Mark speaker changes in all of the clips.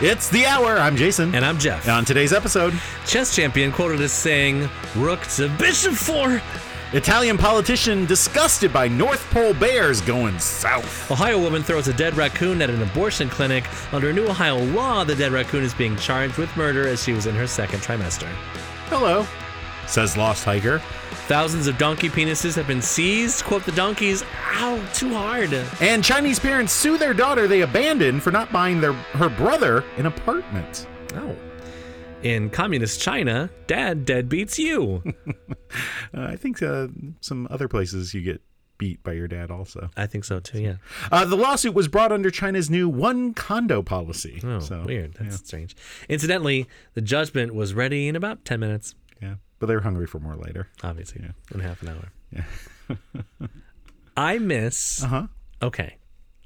Speaker 1: It's the hour. I'm Jason.
Speaker 2: And I'm Jeff.
Speaker 1: on today's episode,
Speaker 2: Chess champion quoted as saying, Rook to bishop four.
Speaker 1: Italian politician disgusted by North Pole bears going south.
Speaker 2: Ohio woman throws a dead raccoon at an abortion clinic. Under a new Ohio law, the dead raccoon is being charged with murder as she was in her second trimester.
Speaker 1: Hello, says Lost Hiker.
Speaker 2: Thousands of donkey penises have been seized. Quote the donkeys, ow, too hard.
Speaker 1: And Chinese parents sue their daughter they abandoned for not buying their her brother an apartment.
Speaker 2: Oh. In communist China, dad dead beats you.
Speaker 1: Uh, I think uh, some other places you get beat by your dad also.
Speaker 2: I think so too, yeah.
Speaker 1: Uh, the lawsuit was brought under China's new one condo policy.
Speaker 2: Oh,
Speaker 1: so,
Speaker 2: weird. That's strange. Incidentally, the judgment was ready in about 10 minutes,
Speaker 1: Yeah, but they're hungry for more later.
Speaker 2: obviously, in half an hour. I miss,
Speaker 1: Uh huh.
Speaker 2: okay,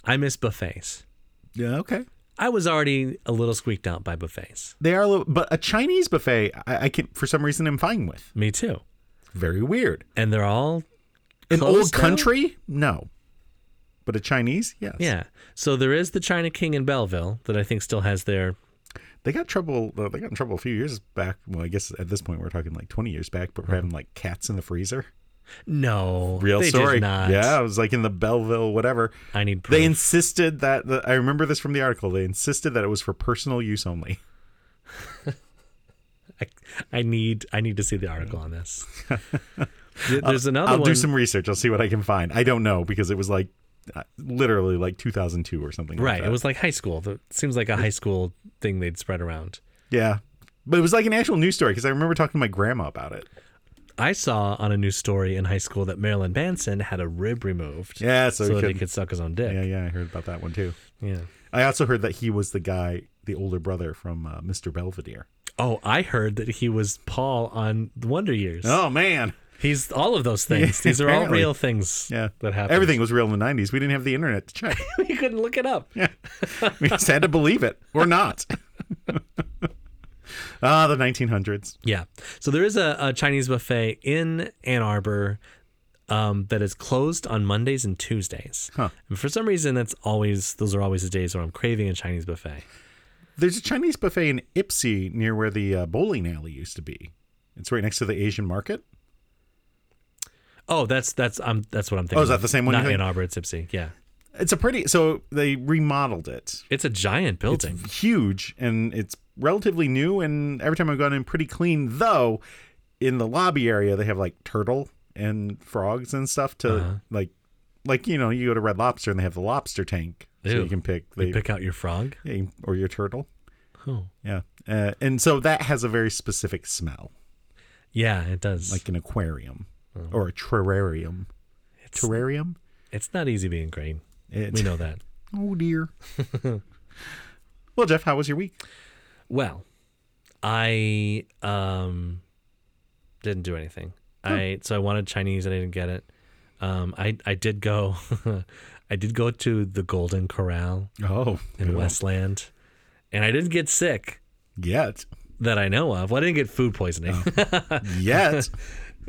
Speaker 2: I miss buffets.
Speaker 1: Yeah. Okay.
Speaker 2: I was already a little squeaked out by buffets.
Speaker 1: They are, a little, but a Chinese buffet, I, I can for some reason I'm fine with.
Speaker 2: Me too.
Speaker 1: Very weird.
Speaker 2: And they're all
Speaker 1: An old
Speaker 2: closed now?
Speaker 1: country? No. But a Chinese? Yes.
Speaker 2: Yeah. So there is the China King in Belleville that I think still has their
Speaker 1: They got trouble. Uh, they got in trouble a few years back. Well, I guess at this point we're talking like 20 years back, but we're having like cats in the freezer.
Speaker 2: no
Speaker 1: Real
Speaker 2: they
Speaker 1: story.
Speaker 2: Did not.
Speaker 1: Yeah, it was like in the Belleville, whatever.
Speaker 2: I need proof.
Speaker 1: They insisted that the, I remember this from the article. They insisted that it was for personal use only.
Speaker 2: I, I need I need to see the article on this. Th- There's another
Speaker 1: I'll
Speaker 2: one.
Speaker 1: do some research. I'll see what I can find. I don't know because it was like uh, literally like 2002 or something. like
Speaker 2: right. It
Speaker 1: that.
Speaker 2: was like high school. It seems like a high school thing they'd spread around.
Speaker 1: Yeah, but it was like an actual news story because I remember talking to my grandma about it.
Speaker 2: I saw on a news story in high school that Marilyn Manson had a rib removed.
Speaker 1: Yeah, so,
Speaker 2: So
Speaker 1: he
Speaker 2: that he
Speaker 1: could.
Speaker 2: could suck his own
Speaker 1: Yeah,
Speaker 2: dick.
Speaker 1: yeah, I heard about that one too.
Speaker 2: Yeah.
Speaker 1: I also heard that he was the guy, the older brother from uh, Mr. Belvedere.
Speaker 2: Oh, I heard that he was Paul on The Wonder Years.
Speaker 1: Oh man,
Speaker 2: He's all of those things. These are all
Speaker 1: apparently.
Speaker 2: real things
Speaker 1: yeah,
Speaker 2: that happened.
Speaker 1: Everything was real in the '90s. We didn't have the internet to check.
Speaker 2: we couldn't look it up.
Speaker 1: Yeah, we just had to believe it or not. Ah, the 1900s.
Speaker 2: Yeah. So there is a, a Chinese buffet in Ann Arbor um, that is closed on Mondays and Tuesdays.
Speaker 1: Huh.
Speaker 2: And for some reason, that's always those are always the days where I'm craving a Chinese buffet.
Speaker 1: There's a Chinese buffet in Ipsy near where the uh, bowling alley used to be. It's right next to the Asian market.
Speaker 2: Oh, that's that's um that's what I'm thinking.
Speaker 1: Oh, is that
Speaker 2: of.
Speaker 1: the same one you
Speaker 2: Not
Speaker 1: think?
Speaker 2: Ann Arbor, it's Ipsy. Yeah,
Speaker 1: It's a pretty. So they remodeled it.
Speaker 2: it's a giant building.
Speaker 1: huge and it's relatively new and every time I've gone in pretty clean though in the lobby area they have like turtle and frogs and stuff to
Speaker 2: Uh-huh.
Speaker 1: like like you know you go to Red Lobster and they have the lobster tank so you
Speaker 2: Ew.
Speaker 1: can pick
Speaker 2: You
Speaker 1: they
Speaker 2: pick out your frog.
Speaker 1: yeah, you- or your turtle
Speaker 2: Oh,
Speaker 1: yeah uh, and so that has a very specific smell
Speaker 2: yeah, it does.
Speaker 1: like an aquarium or a terrarium
Speaker 2: Uh-huh. It's-
Speaker 1: terrarium
Speaker 2: it's not easy being green.
Speaker 1: It-
Speaker 2: We know that.
Speaker 1: oh dear well Jeff how was your week
Speaker 2: Well, I um didn't do anything. I so I wanted Chinese and I didn't get it. Um, I I did go, I did go to the Golden Corral
Speaker 1: oh
Speaker 2: in Westland, and I didn't get sick
Speaker 1: yet
Speaker 2: that I know of. Well, I didn't get food poisoning.
Speaker 1: yet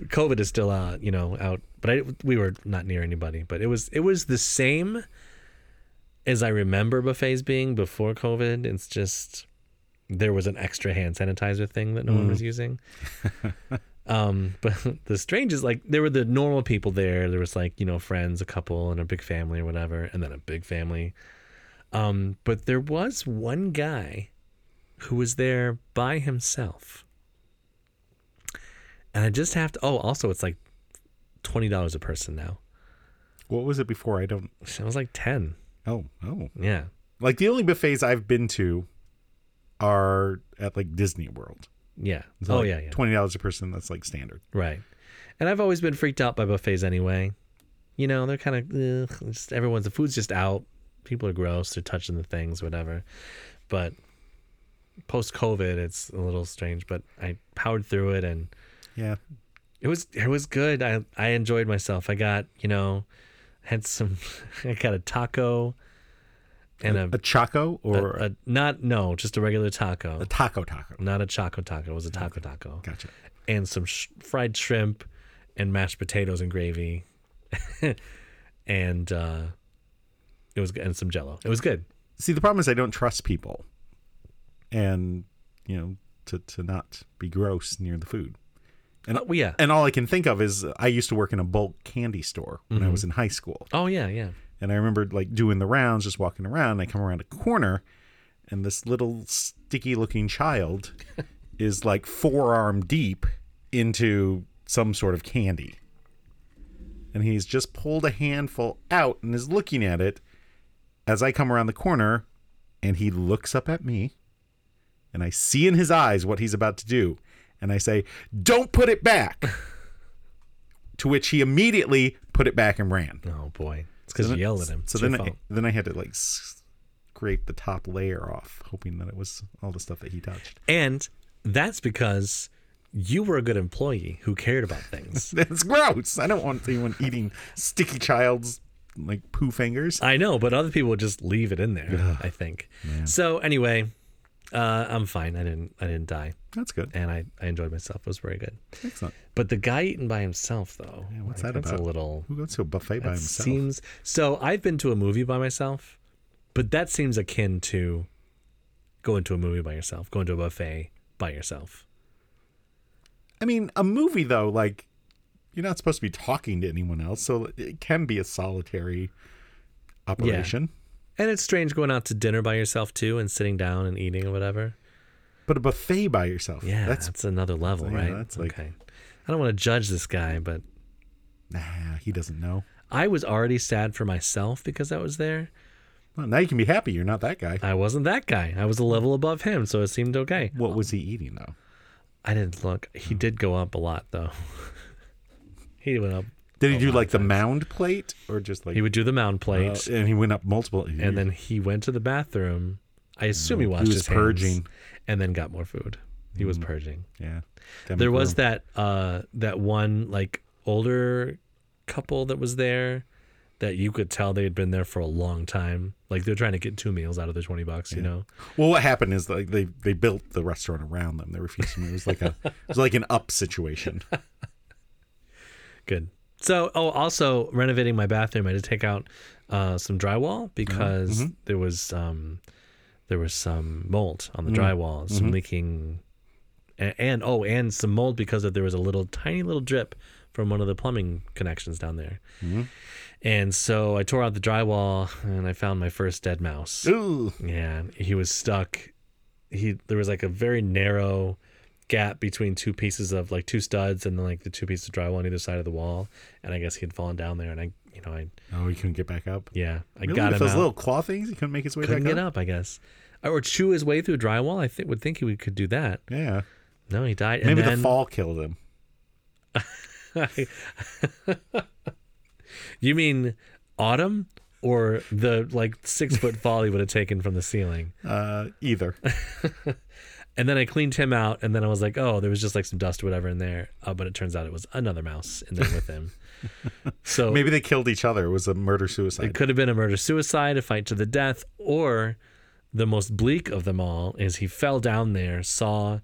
Speaker 2: COVID is still out, you know, out. But I, we were not near anybody. But it was it was the same as I remember buffets being before COVID. It's just there was an extra hand sanitizer thing that no one was using. um, but the strange is like there were the normal people there. There was like you know friends, a couple, and a big family or whatever, and then a big family. Um, but there was one guy who was there by himself. And I just have to. Oh, also, it's like twenty dollars a person now.
Speaker 1: what was it before I don't
Speaker 2: So it was like ten.
Speaker 1: oh oh
Speaker 2: Yeah.
Speaker 1: Like the only buffets I've been to are at like Disney World.
Speaker 2: Yeah.
Speaker 1: So,
Speaker 2: oh
Speaker 1: like,
Speaker 2: yeah. Yeah.
Speaker 1: twenty dollars a person. That's like standard.
Speaker 2: Right. And I've always been freaked out by buffets anyway. You know, they're kind of just everyone's the food's just out. People are gross. They're touching the things, whatever. But post COVID, it's a little strange. But I powered through it, and
Speaker 1: Yeah,
Speaker 2: it was it was good. I I enjoyed myself. I got you know had some. I got a taco. And a
Speaker 1: a choco or
Speaker 2: a,
Speaker 1: a,
Speaker 2: a- not no, just a regular taco,
Speaker 1: taco taco.
Speaker 2: not a choco taco. It was a taco taco,
Speaker 1: Gotcha.
Speaker 2: and some sh- fried shrimp, and mashed potatoes and gravy, and uh, it was and some Jello. It was good.
Speaker 1: See, the problem is I don't trust people. and you know to to not be gross near the food. And
Speaker 2: Oh, well, yeah.
Speaker 1: and all I can think of is uh, I used to work in a bulk candy store when I was in high school,
Speaker 2: Oh yeah, yeah.
Speaker 1: and I remember like doing the rounds, just walking around. And I come around a corner, and this little sticky looking child is like forearm deep into some sort of candy, and he's just pulled a handful out and is looking at it as I come around the corner, and he looks up at me, and I see in his eyes what he's about to do, and I say, "Don't put it back." to which he immediately put it back and ran.
Speaker 2: Oh boy, it's because
Speaker 1: So
Speaker 2: you
Speaker 1: then-
Speaker 2: yelled at him.
Speaker 1: So
Speaker 2: It's your
Speaker 1: then, I,
Speaker 2: fault.
Speaker 1: then I had to like scrape the top layer off, hoping that it was all the stuff that he touched.
Speaker 2: and that's because you were a good employee who cared about things.
Speaker 1: That's gross. I don't want anyone eating sticky child's like poo fingers.
Speaker 2: I know, but other people just leave it in there. I think. So anyway, uh, I'm fine. I didn't. I didn't die,
Speaker 1: That's good.
Speaker 2: and I, I enjoyed myself. It was very good.
Speaker 1: Excellent.
Speaker 2: But the guy eating by himself, though,
Speaker 1: what's
Speaker 2: like,
Speaker 1: that
Speaker 2: that's
Speaker 1: about?
Speaker 2: a little.
Speaker 1: Who goes to a buffet by
Speaker 2: That
Speaker 1: himself?
Speaker 2: seems so. I've been to a movie by myself, but that seems akin to going to a movie by yourself, going to a buffet by yourself.
Speaker 1: I mean, a movie though, like you're not supposed to be talking to anyone else, so it can be a solitary operation.
Speaker 2: And it's strange going out to dinner by yourself too, and sitting down and eating or whatever.
Speaker 1: But a buffet by yourself,
Speaker 2: Yeah, that's,
Speaker 1: that's
Speaker 2: another level,
Speaker 1: yeah,
Speaker 2: right?
Speaker 1: that's like-
Speaker 2: okay. I don't want to judge this guy, but
Speaker 1: nah, he doesn't know.
Speaker 2: I was already sad for myself because I was there.
Speaker 1: Well, now you can be happy you're not that guy.
Speaker 2: I wasn't that guy. I was a level above him, so it seemed okay.
Speaker 1: What was he eating though?
Speaker 2: I didn't look. He
Speaker 1: Hmm.
Speaker 2: did go up a lot though. he went up.
Speaker 1: Did he do like the mound plate or just like
Speaker 2: Oh He would do the mound plate.
Speaker 1: Uh, and he went up multiple.
Speaker 2: and then he went to the bathroom. I assume he washed
Speaker 1: was
Speaker 2: his hands
Speaker 1: purging. Hmm.
Speaker 2: and then got more food. He was purging.
Speaker 1: yeah,
Speaker 2: There was that uh, that one like older couple that was there that you could tell they had been there for a long time. Like they're trying to get two meals out of their twenty bucks, you know.
Speaker 1: Well, what happened is like they they built the restaurant around them. They refused to move. It was like a it was like an up situation.
Speaker 2: Good. So, oh, also renovating my bathroom, I had to take out uh, some drywall because there was um, there was some mold on the drywall, some leaking, and, and oh, and some mold because of, there was a little tiny little drip from one of the plumbing connections down there. And so I tore out the drywall and I found my first dead mouse.
Speaker 1: Ooh,
Speaker 2: Yeah, and he was stuck. He there was like a very narrow gap between two pieces of like two studs and then like the two pieces of drywall on either side of the wall. And I guess he had fallen down there. And I, you know, I
Speaker 1: oh, he couldn't get back up.
Speaker 2: yeah, I
Speaker 1: Really?
Speaker 2: got
Speaker 1: With
Speaker 2: him
Speaker 1: those
Speaker 2: out.
Speaker 1: little claw things. He couldn't make his way
Speaker 2: Couldn't
Speaker 1: back
Speaker 2: get
Speaker 1: up.
Speaker 2: up, I guess, or chew his way through drywall. I think would think he would, could do that.
Speaker 1: Yeah,
Speaker 2: No, he died.
Speaker 1: maybe
Speaker 2: and then,
Speaker 1: the fall killed him.
Speaker 2: you mean autumn or the like six foot fall he would have taken from the ceiling?
Speaker 1: Uh, either.
Speaker 2: Oh. And then I cleaned him out, and then I was like, oh, there was just like some dust or whatever in there. Uh, but it turns out it was another mouse in there with him. so
Speaker 1: Maybe they killed each other. It was a murder
Speaker 2: it
Speaker 1: suicide.
Speaker 2: could have been a murder suicide, a fight to the death, or the most bleak of them all is he fell down there, saw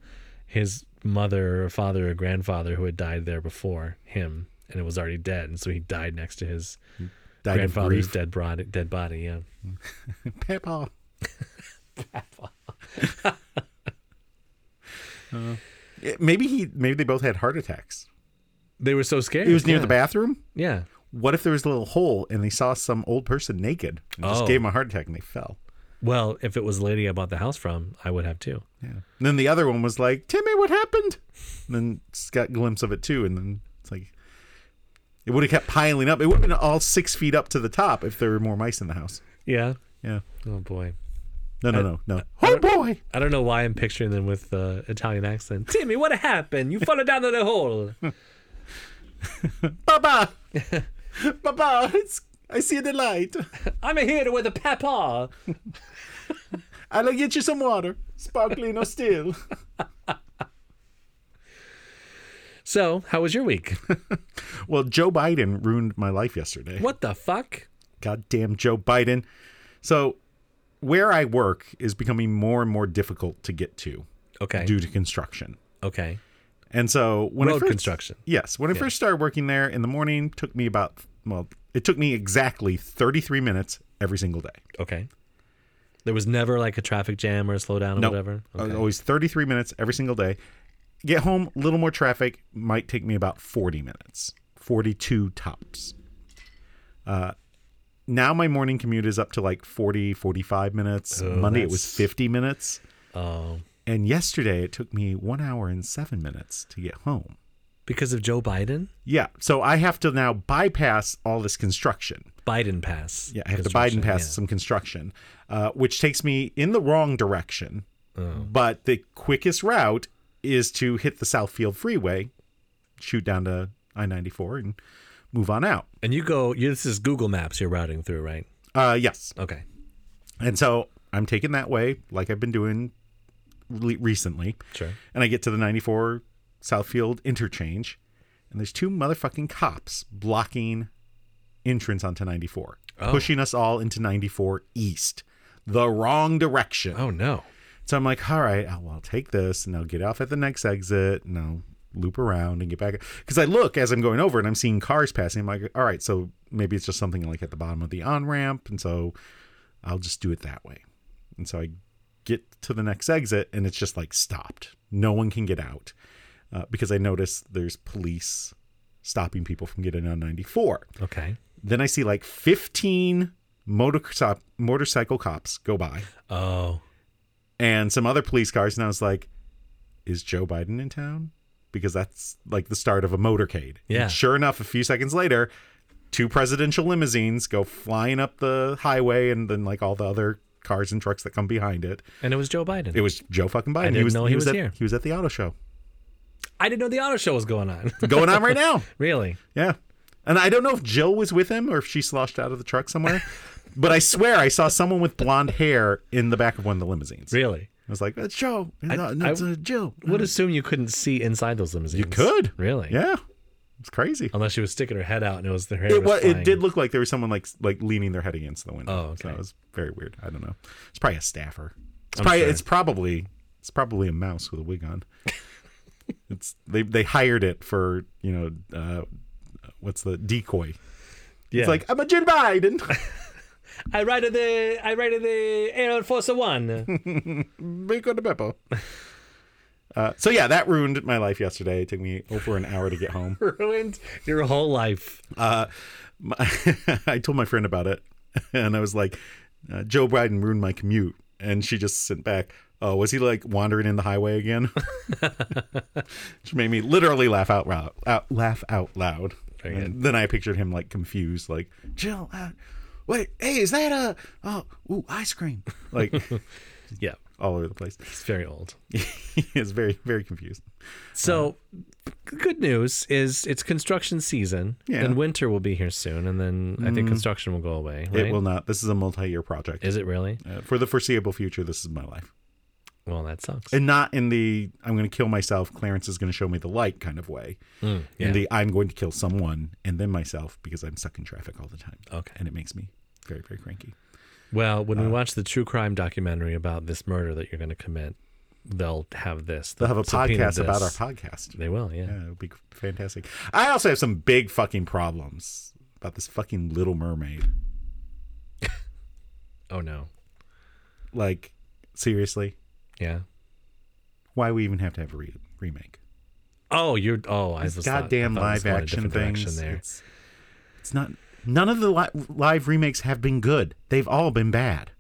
Speaker 2: his mother or father or grandfather who had died there before him, and it was already dead. And so he died next to his
Speaker 1: Died of
Speaker 2: grandfather's
Speaker 1: grief.
Speaker 2: dead, broad, dead body. Yeah.
Speaker 1: Peppa. Uh, it- maybe he. Maybe they both had heart attacks.
Speaker 2: They were so scared.
Speaker 1: He was near
Speaker 2: yeah.
Speaker 1: the bathroom.
Speaker 2: Yeah.
Speaker 1: What if there was a little hole and they saw some old person naked and
Speaker 2: Oh.
Speaker 1: just gave him a heart attack and they fell?
Speaker 2: Well, if it was the lady I bought the house from, I would have too.
Speaker 1: Yeah. And then the other one was like, Timmy, what happened? And then s- got a glimpse of it too. And then it's like, it would have kept piling up. It would have been all six feet up to the top if there were more mice in the house.
Speaker 2: Yeah.
Speaker 1: Yeah.
Speaker 2: Oh, boy.
Speaker 1: No, no, no, no. Oh boy.
Speaker 2: I don't know why I'm picturing them with the Italian accent. Timmy, what happened? You fallen down the hole.
Speaker 1: Baba. Baba. It's, I see the light.
Speaker 2: I'm here with a papa.
Speaker 1: I'll get you some water, sparkling or still.
Speaker 2: So, how was your week?
Speaker 1: Well, Joe Biden ruined my life yesterday.
Speaker 2: What the fuck?
Speaker 1: goddamn Joe Biden. So, where I work is becoming more and more difficult to get to
Speaker 2: Okay.
Speaker 1: due to construction.
Speaker 2: Okay.
Speaker 1: And so, when I
Speaker 2: Road
Speaker 1: first,
Speaker 2: construction.
Speaker 1: yes, when I first started working there in the morning, took me about well, it took me exactly 33 minutes every single day.
Speaker 2: Okay. There was never like a traffic jam or a slowdown or
Speaker 1: Nope. Uh,
Speaker 2: whatever.
Speaker 1: I was Always 33 minutes every single day. Get home, little more traffic might take me about 40 minutes, 42 tops. Uh, now my morning commute is up to like 40, 45 minutes.
Speaker 2: Oh,
Speaker 1: Monday it was
Speaker 2: that's-
Speaker 1: 50 minutes.
Speaker 2: Oh,
Speaker 1: And yesterday it took me one hour and seven minutes to get home.
Speaker 2: because of Joe Biden,
Speaker 1: Yeah. So I have to now bypass all this construction.
Speaker 2: Biden pass.
Speaker 1: Yeah, I have to
Speaker 2: Construction,
Speaker 1: Biden pass
Speaker 2: yeah.
Speaker 1: some construction, uh, which takes me in the wrong direction.
Speaker 2: Oh.
Speaker 1: But the quickest route is to hit the Southfield Freeway, shoot down to I ninety four, and move on out.
Speaker 2: And you go. You, this is Google Maps you're routing through, right?
Speaker 1: Uh, yes,
Speaker 2: Okay.
Speaker 1: and so I'm taking that way, like I've been doing le- recently,
Speaker 2: Sure.
Speaker 1: and I get to the ninety four Southfield interchange, and there's two motherfucking cops blocking entrance onto ninety four,
Speaker 2: Oh.
Speaker 1: pushing us all into ninety four east, the wrong direction.
Speaker 2: Oh no.
Speaker 1: So I'm like, all right, I'll, I'll take this and I'll get off at the next exit and I'll loop around and get back. Because I look as I'm going over and I'm seeing cars passing. I'm like, all right, so maybe it's just something like at the bottom of the on ramp. And so I'll just do it that way. And so I get to the next exit and it's just like stopped. No one can get out uh, because I notice there's police stopping people from getting on 94.
Speaker 2: Okay.
Speaker 1: Then I see like 15 motor- motorcycle cops go by
Speaker 2: Oh.
Speaker 1: and some other police cars, and I was like, "Is Joe Biden in town?" Because that's like the start of a motorcade.
Speaker 2: Yeah.
Speaker 1: And sure enough, a few seconds later, two presidential limousines go flying up the highway, and then like all the other cars and trucks that come behind it.
Speaker 2: And it was Joe Biden.
Speaker 1: It was Joe fucking Biden.
Speaker 2: didn't know he was
Speaker 1: at,
Speaker 2: here.
Speaker 1: He was at the auto show
Speaker 2: I didn't know the auto show was going on.
Speaker 1: going on right now.
Speaker 2: really?
Speaker 1: Yeah. And I don't know if Jill was with him or if she sloshed out of the truck somewhere, but I swear I saw someone with blonde hair in the back of one of the limousines.
Speaker 2: Really?
Speaker 1: I was like, that's Joe. No, no,
Speaker 2: I-
Speaker 1: it's uh, Jill.
Speaker 2: Would assume you couldn't see inside those limousines. You
Speaker 1: could.
Speaker 2: Really?
Speaker 1: Yeah, it's crazy.
Speaker 2: Unless she was sticking her head out and it was the hair.
Speaker 1: It
Speaker 2: was
Speaker 1: was, it
Speaker 2: flying.
Speaker 1: did look like there was someone like like leaning their head against the window.
Speaker 2: Oh, okay.
Speaker 1: So that was very weird. I don't know. It's probably a staffer. It's
Speaker 2: I'm
Speaker 1: probably
Speaker 2: sure.
Speaker 1: it's probably it's probably a mouse with a wig on. it's they they hired it for you know uh, what's the decoy.
Speaker 2: Yeah.
Speaker 1: It's like I'm a Jim Biden.
Speaker 2: I ride in the I ride in the Air Force One.
Speaker 1: Bico de Beppo. Uh, so yeah, that ruined my life yesterday. It took me over an hour to get home.
Speaker 2: Ruined your whole life.
Speaker 1: uh, my, I told my friend about it, and I was like, uh, "Joe Biden ruined my commute," and she just sent back, "Oh, was he like wandering in the highway again?" Which made me literally laugh out loud. Out, laugh out loud.
Speaker 2: Very
Speaker 1: And then I pictured him like confused, like Jill. Uh, wait, hey, is that a oh, ooh, ice cream? Like
Speaker 2: Yeah.
Speaker 1: all over the place.
Speaker 2: It's very old.
Speaker 1: he is very, very confused.
Speaker 2: So g- good news is it's construction season.
Speaker 1: Uh, Yeah. Mm.
Speaker 2: And winter will be here soon and then I think construction will go away. Right?
Speaker 1: It will not. This is a multi-year project.
Speaker 2: Is it really?
Speaker 1: Uh, for the foreseeable future, this is my life.
Speaker 2: Well, that sucks.
Speaker 1: and not in the I'm going to kill myself. Clarence is going to show me the light kind of way.
Speaker 2: Hmm, yeah.
Speaker 1: In the I'm going to kill someone and then myself because I'm stuck in traffic all the time.
Speaker 2: Okay.
Speaker 1: and it makes me very very cranky.
Speaker 2: Well,
Speaker 1: Uh.
Speaker 2: when we watch the true crime documentary about this murder that you're going to commit, they'll have this.
Speaker 1: They'll have a
Speaker 2: subpoena
Speaker 1: podcast about our
Speaker 2: this.
Speaker 1: podcast.
Speaker 2: They will, yeah.
Speaker 1: Yeah, it'll be fantastic. I also have some big fucking problems about this fucking Little Mermaid.
Speaker 2: Oh no.
Speaker 1: Like, seriously,
Speaker 2: Yeah.
Speaker 1: why we even have to have a re- remake?
Speaker 2: Oh, you're. Oh, I was. thought- I
Speaker 1: Goddamn
Speaker 2: thought it was
Speaker 1: live
Speaker 2: going a
Speaker 1: action
Speaker 2: different
Speaker 1: things.
Speaker 2: direction There.
Speaker 1: It's, it's not. None of the li- live remakes have been good. They've all been bad.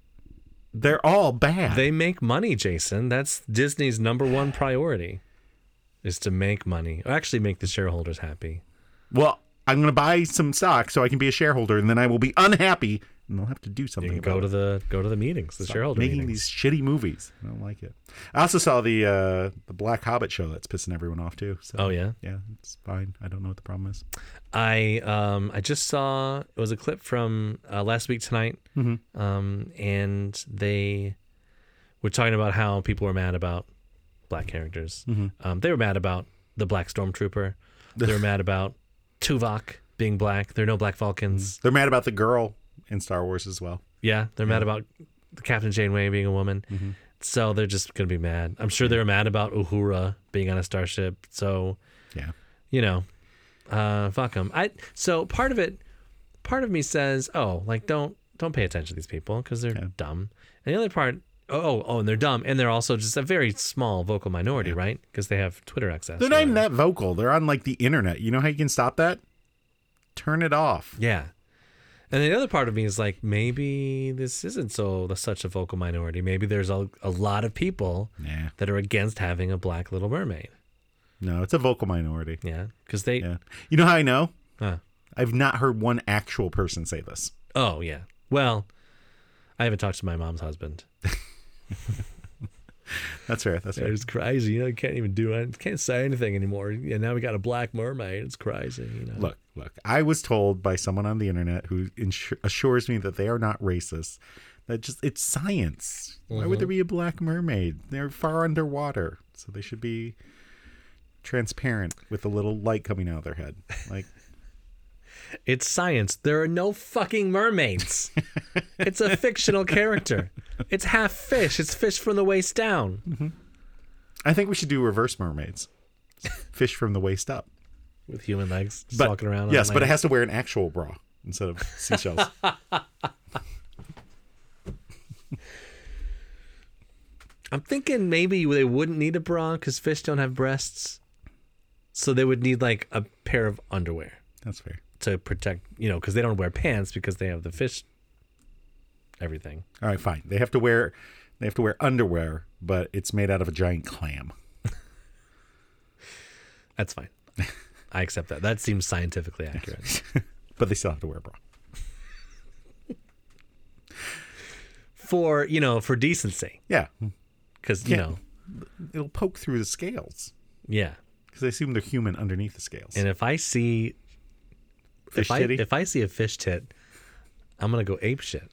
Speaker 1: They're all bad.
Speaker 2: They make money, Jason. That's Disney's number one priority, is to make money. Or actually, make the shareholders happy.
Speaker 1: well, I'm going to buy some stock so I can be a shareholder, and then I will be unhappy, and I'll have to do something.
Speaker 2: You can
Speaker 1: about
Speaker 2: go to the go to the meetings, the
Speaker 1: it.
Speaker 2: shareholder
Speaker 1: making these
Speaker 2: meetings.
Speaker 1: shitty movies. I don't like it. I also saw the uh, the Black Hobbit show that's pissing everyone off too. So
Speaker 2: Oh yeah.
Speaker 1: yeah, it's fine. I don't know what the problem is.
Speaker 2: I um I just saw it was a clip from uh, last week tonight, um and they were talking about how people were mad about black characters. Um, they were mad about the black stormtrooper. They were mad about Tuvok being black. There are no black Falcons.
Speaker 1: They're mad about the girl in Star Wars as well.
Speaker 2: Yeah, they're mad about Captain Janeway being a woman. So they're just gonna be mad. I'm sure they were mad about Uhura being on a starship. So
Speaker 1: Yeah.
Speaker 2: you know, uh, fuck them. I so part of it, part of me says, oh, like don't don't pay attention to these people because they're dumb, And the other part, oh, oh, oh, and they're dumb, and they're also just a very small vocal minority, right? Because they have Twitter access.
Speaker 1: They're
Speaker 2: or
Speaker 1: not even
Speaker 2: whatever.
Speaker 1: that vocal. They're on like the internet. You know how you can stop that? Turn it off.
Speaker 2: Yeah. And the other part of me is like, maybe this isn't so such a vocal minority. Maybe there's a, a lot of people
Speaker 1: Nah.
Speaker 2: that are against having a black Little Mermaid.
Speaker 1: No, it's a vocal minority.
Speaker 2: Yeah, because they.
Speaker 1: Yeah. You know how I know?
Speaker 2: uh,
Speaker 1: I've not heard one actual person say this.
Speaker 2: oh yeah. Well, I haven't talked to my mom's husband.
Speaker 1: That's fair. That's
Speaker 2: It
Speaker 1: fair.
Speaker 2: was crazy. You know, you can't even do it. Can't say anything anymore. And now we got a black mermaid. It's crazy. You know.
Speaker 1: Look, look. I was told by someone on the internet who insu- assures me that they are not racist. That just it's science. Why would there be a black mermaid? They're far underwater, so they should be transparent with a little light coming out of their head. Like
Speaker 2: It's science. There are no fucking mermaids. it's a fictional character. It's half fish. It's fish from the waist down
Speaker 1: I think we should do reverse mermaids. Fish from the waist up.
Speaker 2: with human legs just
Speaker 1: But,
Speaker 2: walking around.
Speaker 1: Yes,
Speaker 2: on
Speaker 1: but it
Speaker 2: land.
Speaker 1: has to wear an actual bra instead of seashells.
Speaker 2: I'm thinking maybe they wouldn't need a bra because fish don't have breasts. So they would need like a pair of underwear
Speaker 1: That's fair.
Speaker 2: to protect, you know, because they don't wear pants because they have the fish everything.
Speaker 1: All right, fine. They have to wear they have to wear underwear, but it's made out of a giant clam.
Speaker 2: That's fine. I accept that. That seems scientifically accurate.
Speaker 1: But they still have to wear a bra.
Speaker 2: For, you know, for decency.
Speaker 1: Yeah.
Speaker 2: Because, you
Speaker 1: Yeah.
Speaker 2: know,
Speaker 1: It'll poke through the scales
Speaker 2: yeah.
Speaker 1: because I assume they're human underneath the scales.
Speaker 2: And if I see
Speaker 1: Fish
Speaker 2: if I,
Speaker 1: titty?
Speaker 2: if I see a fish tit, I'm gonna go ape shit.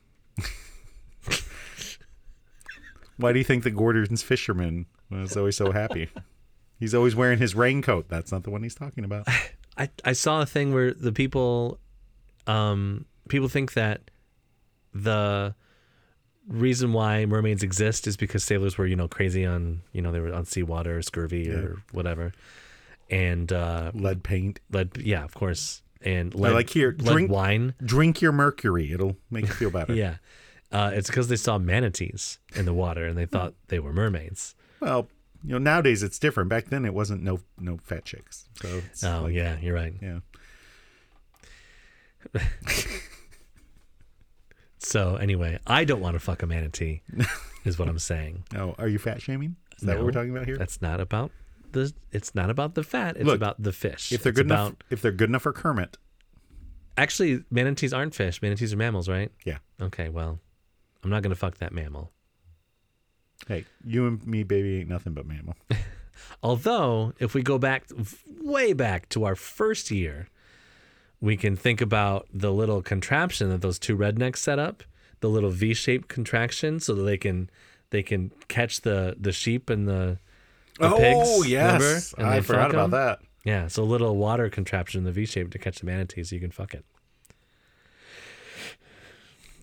Speaker 1: Why do you think the Gordon's fisherman was always so happy? He's always wearing his raincoat. That's not the one he's talking about.
Speaker 2: I, I saw a thing where the people um people think that the reason why mermaids exist is because sailors were, you know, crazy on you know, they were on seawater, scurvy or whatever. And uh
Speaker 1: Lead paint.
Speaker 2: lead yeah, of course. And lead,
Speaker 1: like here,
Speaker 2: lead
Speaker 1: drink-
Speaker 2: wine.
Speaker 1: Drink your mercury. It'll make you feel better.
Speaker 2: Yeah. Uh, it's because they saw manatees in the water and they thought they were mermaids.
Speaker 1: Well, you know, nowadays it's different. Back then it wasn't no no fat chicks. So it's
Speaker 2: Oh
Speaker 1: like,
Speaker 2: yeah, you're right.
Speaker 1: yeah.
Speaker 2: So anyway, I don't want to fuck a manatee, is what I'm saying.
Speaker 1: Oh, are you fat shaming? Is that what
Speaker 2: No,
Speaker 1: we're talking about here?
Speaker 2: That's not about the. It's not about the fat. It's
Speaker 1: Look,
Speaker 2: about the fish.
Speaker 1: If they're
Speaker 2: It's
Speaker 1: good
Speaker 2: about,
Speaker 1: enough, if they're good enough for Kermit,
Speaker 2: actually, manatees aren't fish. Manatees are mammals, right?
Speaker 1: yeah.
Speaker 2: Okay, well, I'm not gonna fuck that mammal.
Speaker 1: Hey, you and me, baby, ain't nothing but mammal.
Speaker 2: Although, if we go back way back to our first year, we can think about the little contraption that those two rednecks set up, the little V-shaped contraction, so that they can they can catch the the sheep and the the pigs, remember? And
Speaker 1: I
Speaker 2: they
Speaker 1: forgot
Speaker 2: fuck
Speaker 1: about
Speaker 2: 'em?
Speaker 1: that.
Speaker 2: Yeah, so a little water contraption in the V shape to catch the manatee so you can fuck it.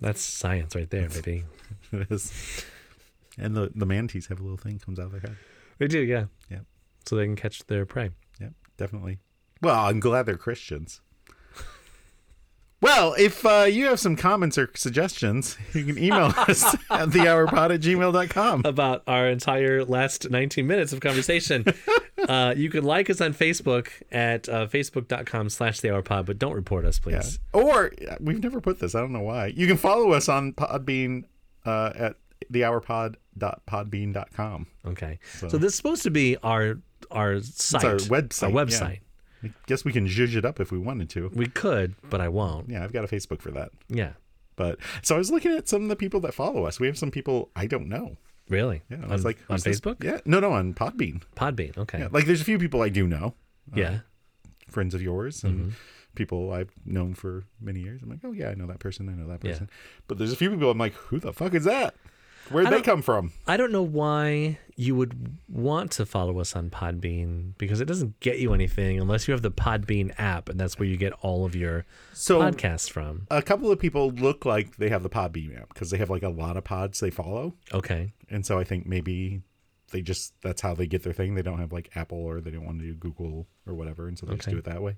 Speaker 2: That's science right there, baby.
Speaker 1: It is. And the the mantis have a little thing comes out of their head.
Speaker 2: They do, yeah.
Speaker 1: Yep.
Speaker 2: So they can catch their prey.
Speaker 1: Yep, definitely. Well, I'm glad they're Christians. Well, if uh, you have some comments or suggestions, you can email us at thehourpod at gmail.com.
Speaker 2: About our entire last 19 minutes of conversation. uh, you can like us on Facebook at uh, facebook.com slash the hour pod, but don't report us,
Speaker 1: Yeah.
Speaker 2: please.
Speaker 1: Uh, Or we've never put this. I don't know why. You can follow us on Podbean uh, at thehourpod.podbean.com.
Speaker 2: Okay. So, this is supposed to be our our site.
Speaker 1: our website,
Speaker 2: Our
Speaker 1: yeah.
Speaker 2: website.
Speaker 1: I guess we can zhuzh it up if we wanted to.
Speaker 2: We could, but I won't.
Speaker 1: Yeah, I've got a Facebook for that.
Speaker 2: Yeah.
Speaker 1: But so I was looking at some of the people that follow us. We have some people I don't know.
Speaker 2: Really?
Speaker 1: Yeah,
Speaker 2: on,
Speaker 1: I was like
Speaker 2: on
Speaker 1: who's this-
Speaker 2: Facebook?
Speaker 1: Yeah, no, no, on Podbean.
Speaker 2: Podbean. Okay.
Speaker 1: Yeah, like there's a few people I do know,
Speaker 2: yeah.
Speaker 1: friends of yours, and
Speaker 2: Mm-hmm.
Speaker 1: people I've known for many years. I'm like, oh yeah, I know that person. I know that
Speaker 2: Yeah.
Speaker 1: person. But there's a few people I'm like, who the fuck is that? Where'd
Speaker 2: I
Speaker 1: they
Speaker 2: don't-
Speaker 1: come from?
Speaker 2: I don't know why you would want to follow us on Podbean because it doesn't get you anything unless you have the Podbean app, and that's where you get all of your
Speaker 1: So
Speaker 2: podcasts from.
Speaker 1: a couple of people look like they have the Podbean app because they have like a lot of pods they follow,
Speaker 2: Okay.
Speaker 1: and so I think maybe they just that's how they get their thing. They don't have like Apple or they don't want to do Google or whatever, and so they just
Speaker 2: Okay.
Speaker 1: do it that way,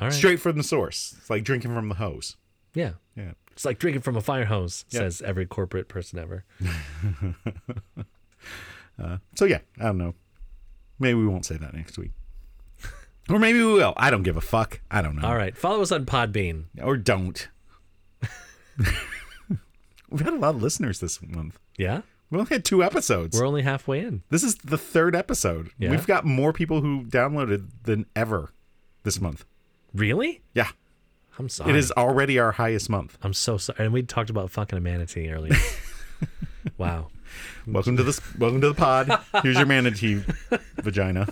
Speaker 2: All right.
Speaker 1: straight from the source. It's like drinking from the hose.
Speaker 2: Yeah.
Speaker 1: Yeah.
Speaker 2: It's like drinking from a fire hose, says every corporate person ever.
Speaker 1: So yeah, I don't know. Maybe we won't say that next week. Or maybe we will. I don't give a fuck. I don't know.
Speaker 2: All right. Follow us on Podbean.
Speaker 1: Or don't. We've had a lot of listeners this month.
Speaker 2: Yeah.
Speaker 1: We only had two episodes.
Speaker 2: We're only halfway in.
Speaker 1: this is the third episode.
Speaker 2: Yeah.
Speaker 1: We've got more people who downloaded than ever this month.
Speaker 2: Really?
Speaker 1: Yeah.
Speaker 2: I'm sorry.
Speaker 1: It is already our highest month.
Speaker 2: I'm so sorry. And we talked about fucking a manatee earlier. wow.
Speaker 1: Welcome to this welcome to the pod. Here's your manatee vagina.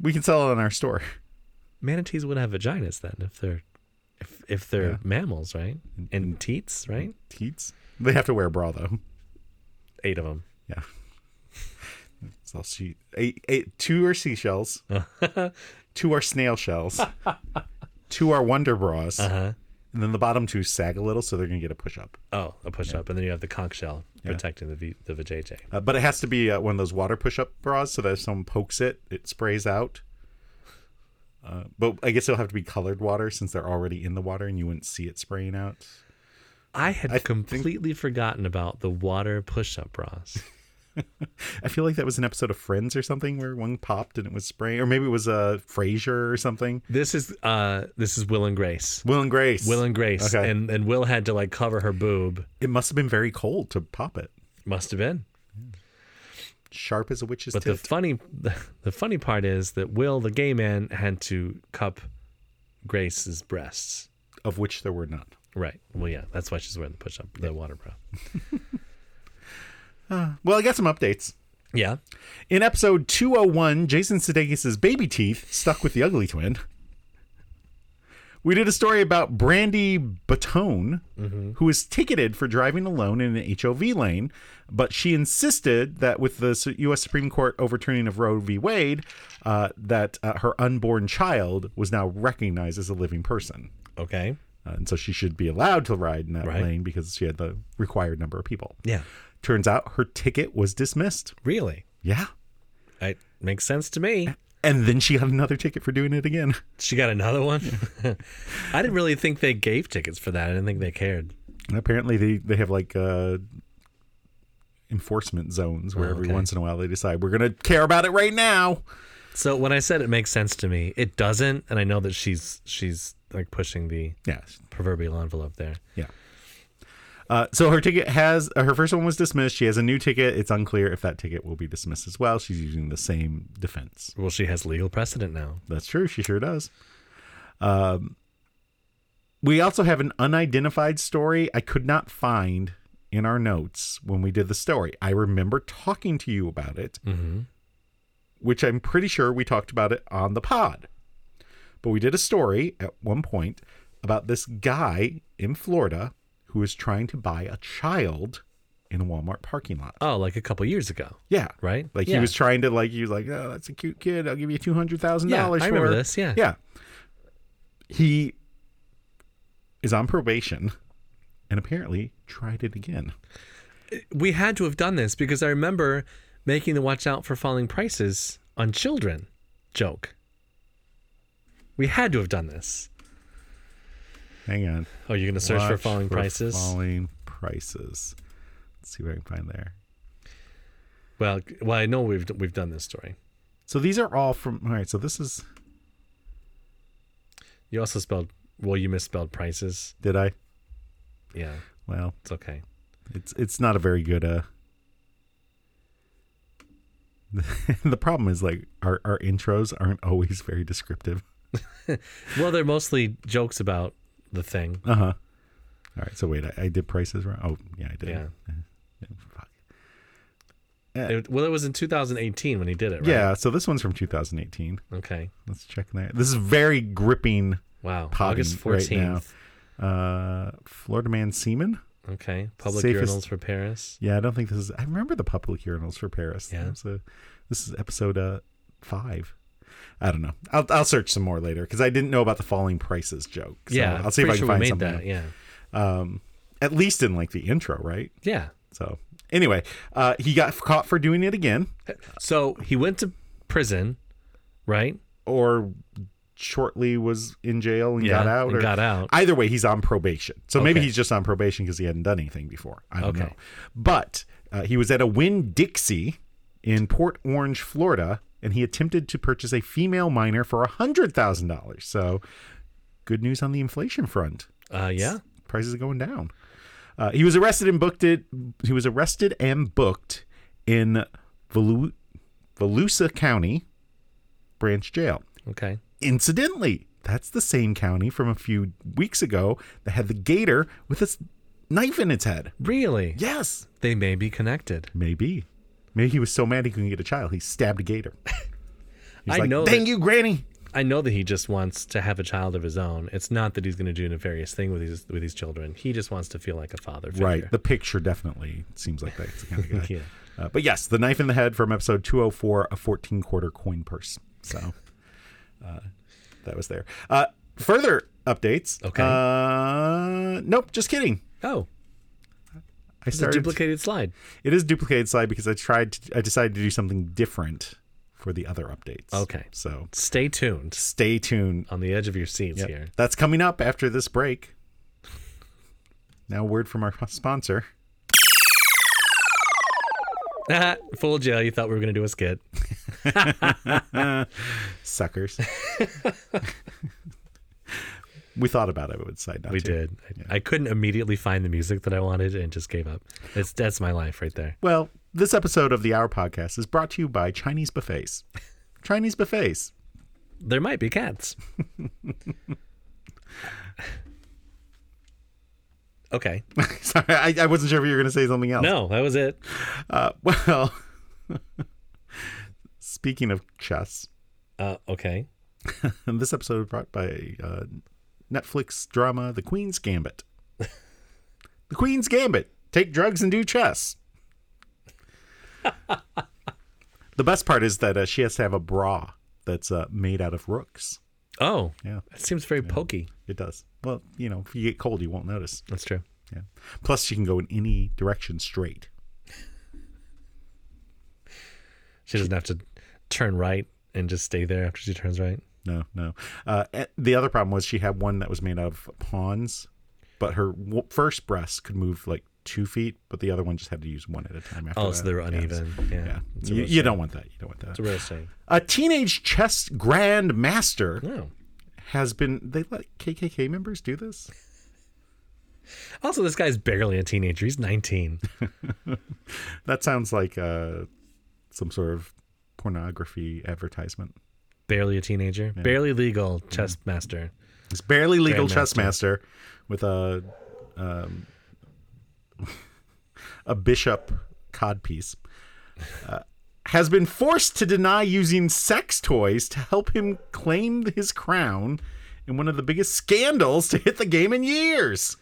Speaker 1: We can sell it in our store.
Speaker 2: Manatees would have vaginas then if they're if, if they're
Speaker 1: Yeah.
Speaker 2: mammals, right? And teats, right?
Speaker 1: Teats. They have to wear a bra though.
Speaker 2: Eight of them.
Speaker 1: Yeah. So she eight, eight, two are seashells, two are snail shells, two are wonder bras,
Speaker 2: Uh-huh.
Speaker 1: and then the bottom two sag a little, so they're gonna get a push up.
Speaker 2: Oh, a push up, and then you have the conch shell protecting the v, the vajayjay.
Speaker 1: Uh, but it has to be uh, one of those water push up bras, so that if someone pokes it, it sprays out. Uh, but I guess it'll have to be colored water since they're already in the water and you wouldn't see it spraying out.
Speaker 2: I had completely forgotten about the water push up bras.
Speaker 1: I feel like that was an episode of Friends or something where one popped and it was spraying, or maybe it was uh, Frasier or something.
Speaker 2: this is uh this is Will and Grace.
Speaker 1: Will and Grace.
Speaker 2: Will and Grace,
Speaker 1: Okay.
Speaker 2: and and Will had to like cover her boob.
Speaker 1: It must have been very cold to pop it.
Speaker 2: Must have been.
Speaker 1: Sharp as a witch's
Speaker 2: But the
Speaker 1: tooth.
Speaker 2: funny, the funny part is that Will, the gay man, had to cup Grace's breasts.
Speaker 1: of which there were none.
Speaker 2: Right. Well, yeah, that's why she's wearing the push-up, the water bra.
Speaker 1: Well, I got some updates.
Speaker 2: Yeah.
Speaker 1: In episode 201, Jason Sudeikis' baby teeth stuck with the ugly twin. We did a story about Brandy Batone, who was ticketed for driving alone in an HOV lane, but she insisted that with the Su- U.S. Supreme Court overturning of Roe v. Wade, uh, that uh, her unborn child was now recognized as a living person.
Speaker 2: Okay.
Speaker 1: Uh, and so she should be allowed to ride in that
Speaker 2: Right.
Speaker 1: lane because she had the required number of people.
Speaker 2: Yeah.
Speaker 1: Turns out her ticket was dismissed.
Speaker 2: Really.
Speaker 1: Yeah.
Speaker 2: It makes sense to me.
Speaker 1: And then she got another ticket for doing it again.
Speaker 2: She got another one. I didn't really think they gave tickets for that. I didn't think they cared.
Speaker 1: And apparently they, they have like uh enforcement zones where every
Speaker 2: okay.
Speaker 1: once in a while they decide we're gonna care about it right now.
Speaker 2: So when I said it makes sense to me, it doesn't, and I know that she's she's like pushing the
Speaker 1: Yeah.
Speaker 2: proverbial envelope there.
Speaker 1: Yeah. Uh, so her ticket has uh, her first one was dismissed. She has a new ticket. It's unclear if that ticket will be dismissed as well. She's using the same defense.
Speaker 2: Well, she has legal precedent now.
Speaker 1: That's true. She sure does. Um, we also have an unidentified story I could not find in our notes when we did the story. I remember talking to you about it,
Speaker 2: Mm-hmm.
Speaker 1: which I'm pretty sure we talked about it on the pod. But we did a story at one point about this guy in Florida who was trying to buy a child in a Walmart parking lot.
Speaker 2: Oh, like a couple years ago.
Speaker 1: Yeah.
Speaker 2: Right?
Speaker 1: Like he
Speaker 2: Yeah.
Speaker 1: was trying to like he was like, oh, that's a cute kid. I'll give you two hundred thousand dollars.
Speaker 2: Yeah, I
Speaker 1: for
Speaker 2: remember
Speaker 1: her."
Speaker 2: this, yeah.
Speaker 1: Yeah. He is on probation, and apparently tried it again.
Speaker 2: we had to have done this because I remember making the watch out for falling prices on children joke. We had to have done this.
Speaker 1: Hang on.
Speaker 2: Oh, you're going to search for
Speaker 1: Watch
Speaker 2: falling
Speaker 1: for
Speaker 2: prices?
Speaker 1: Falling prices. Let's see what I can find there.
Speaker 2: Well, c- well, I know we've we've done this story.
Speaker 1: So these are all from. All right. So this is.
Speaker 2: You also spelled well, you misspelled prices.
Speaker 1: Did I?
Speaker 2: Yeah,
Speaker 1: Well,
Speaker 2: it's okay.
Speaker 1: it's it's not a very good. uh the problem is like our, our intros aren't always very descriptive.
Speaker 2: Well, they're mostly jokes about the thing.
Speaker 1: Uh huh. All right. So wait, I, I did prices wrong. Oh yeah, I did.
Speaker 2: Yeah.
Speaker 1: Yeah, fuck.
Speaker 2: It- well, it was in 2018 when he did it, right?
Speaker 1: Yeah. So this one's from 2018.
Speaker 2: Okay.
Speaker 1: Let's check there. This is very gripping.
Speaker 2: Wow.
Speaker 1: Potting
Speaker 2: August
Speaker 1: right
Speaker 2: 14th.
Speaker 1: now. Uh, Florida man semen.
Speaker 2: Okay. Public
Speaker 1: Safest-
Speaker 2: urinals for Paris.
Speaker 1: Yeah, I don't think this is. I remember the public urinals for Paris.
Speaker 2: Yeah.
Speaker 1: That was a- this is episode uh, five. I don't know. I'll, I'll search some more later because I didn't know about the falling prices joke. So
Speaker 2: yeah. I'm
Speaker 1: I'll see if I
Speaker 2: pretty
Speaker 1: can
Speaker 2: sure we
Speaker 1: find
Speaker 2: made
Speaker 1: something.
Speaker 2: that. Yeah.
Speaker 1: Um, at least in like the intro, right?
Speaker 2: Yeah.
Speaker 1: So anyway, uh, he got caught for doing it again.
Speaker 2: So he went to prison, right?
Speaker 1: or shortly was in jail and
Speaker 2: Yeah,
Speaker 1: got out.
Speaker 2: and
Speaker 1: Or,
Speaker 2: got out.
Speaker 1: Either way, he's on probation. So maybe
Speaker 2: Oh. Okay.
Speaker 1: he's just on probation because he hadn't done anything before. I don't
Speaker 2: Okay.
Speaker 1: know. But uh, he was at a Winn Dixie in Port Orange, Florida, and he attempted to purchase a female minor for $100,000. So good news on the inflation front
Speaker 2: Uh, yeah.
Speaker 1: prices are going down. Uh, he was arrested and booked it. He was arrested and booked in Volu- Volusia County Branch Jail.
Speaker 2: Okay.
Speaker 1: Incidentally, that's the same county from a few weeks ago that had the gator with its knife in its head.
Speaker 2: Really?
Speaker 1: Yes,
Speaker 2: They may be connected.
Speaker 1: maybe. Maybe he was so mad he couldn't get a child, he stabbed a gator. He's
Speaker 2: I
Speaker 1: like,
Speaker 2: know
Speaker 1: Dang
Speaker 2: that-
Speaker 1: you, Granny!
Speaker 2: I know that he just wants to have a child of his own. It's not that he's going to do a nefarious thing with these with these children. He just wants to feel like a father figure.
Speaker 1: Right. The picture definitely seems like that's the kind of guy.
Speaker 2: Yeah.
Speaker 1: Uh, but yes, the knife in the head from episode 204, a 14 quarter coin purse. So uh, that was there. Uh, further updates.
Speaker 2: Okay.
Speaker 1: Uh, nope, just kidding.
Speaker 2: Oh,
Speaker 1: I
Speaker 2: it's a
Speaker 1: started.
Speaker 2: duplicated slide.
Speaker 1: it is duplicated slide because I tried. To, I decided to do something different for the other updates.
Speaker 2: Okay.
Speaker 1: So
Speaker 2: Stay tuned.
Speaker 1: stay tuned.
Speaker 2: On the edge of your seats
Speaker 1: Yep.
Speaker 2: here.
Speaker 1: That's coming up after this break. Now, a word from our sponsor.
Speaker 2: Fooled you. You thought we were going to do a skit.
Speaker 1: suckers. we thought about it, but decided not
Speaker 2: We
Speaker 1: to.
Speaker 2: did. I, I couldn't immediately find the music that I wanted and just gave up. That's that's my life right there.
Speaker 1: Well, this episode of the Hour Podcast is brought to you by Chinese buffets. Chinese buffets.
Speaker 2: There might be cats. okay.
Speaker 1: Sorry, I, I wasn't sure if you were going to say something else.
Speaker 2: No, that was it.
Speaker 1: Uh, well, speaking of chess,
Speaker 2: Uh, okay.
Speaker 1: this episode is brought by uh, Netflix drama The Queen's Gambit. the Queen's Gambit. Take drugs and do chess. the best part is that uh, she has to have a bra that's uh, made out of rooks.
Speaker 2: Oh,
Speaker 1: Yeah,
Speaker 2: that seems very pokey.
Speaker 1: it does. Well, you know, if you get cold, you won't notice.
Speaker 2: That's true.
Speaker 1: Yeah. Plus, she can go in any direction straight.
Speaker 2: She doesn't have to turn right and just stay there after she turns right.
Speaker 1: No, no. Uh, a- the other problem was she had one that was made out of pawns, but her w- first breast could move like two feet, but the other one just had to use one at a time. After
Speaker 2: Oh,
Speaker 1: that.
Speaker 2: so they're
Speaker 1: Yes.
Speaker 2: uneven. Yeah.
Speaker 1: Yeah,
Speaker 2: It's a
Speaker 1: you,
Speaker 2: real
Speaker 1: you
Speaker 2: shame.
Speaker 1: don't want that. You don't want that.
Speaker 2: It's a real shame.
Speaker 1: A teenage chess grand master
Speaker 2: No.
Speaker 1: has been. They let KKK members do this.
Speaker 2: Also, this guy's barely a teenager. He's 19.
Speaker 1: That sounds like uh, some sort of pornography advertisement.
Speaker 2: barely a teenager. Barely legal chess
Speaker 1: Mm-hmm.
Speaker 2: master.
Speaker 1: It's barely legal
Speaker 2: Grandmaster.
Speaker 1: chess master with a um, a bishop codpiece uh, has been forced to deny using sex toys to help him claim his crown in one of the biggest scandals to hit the game in years.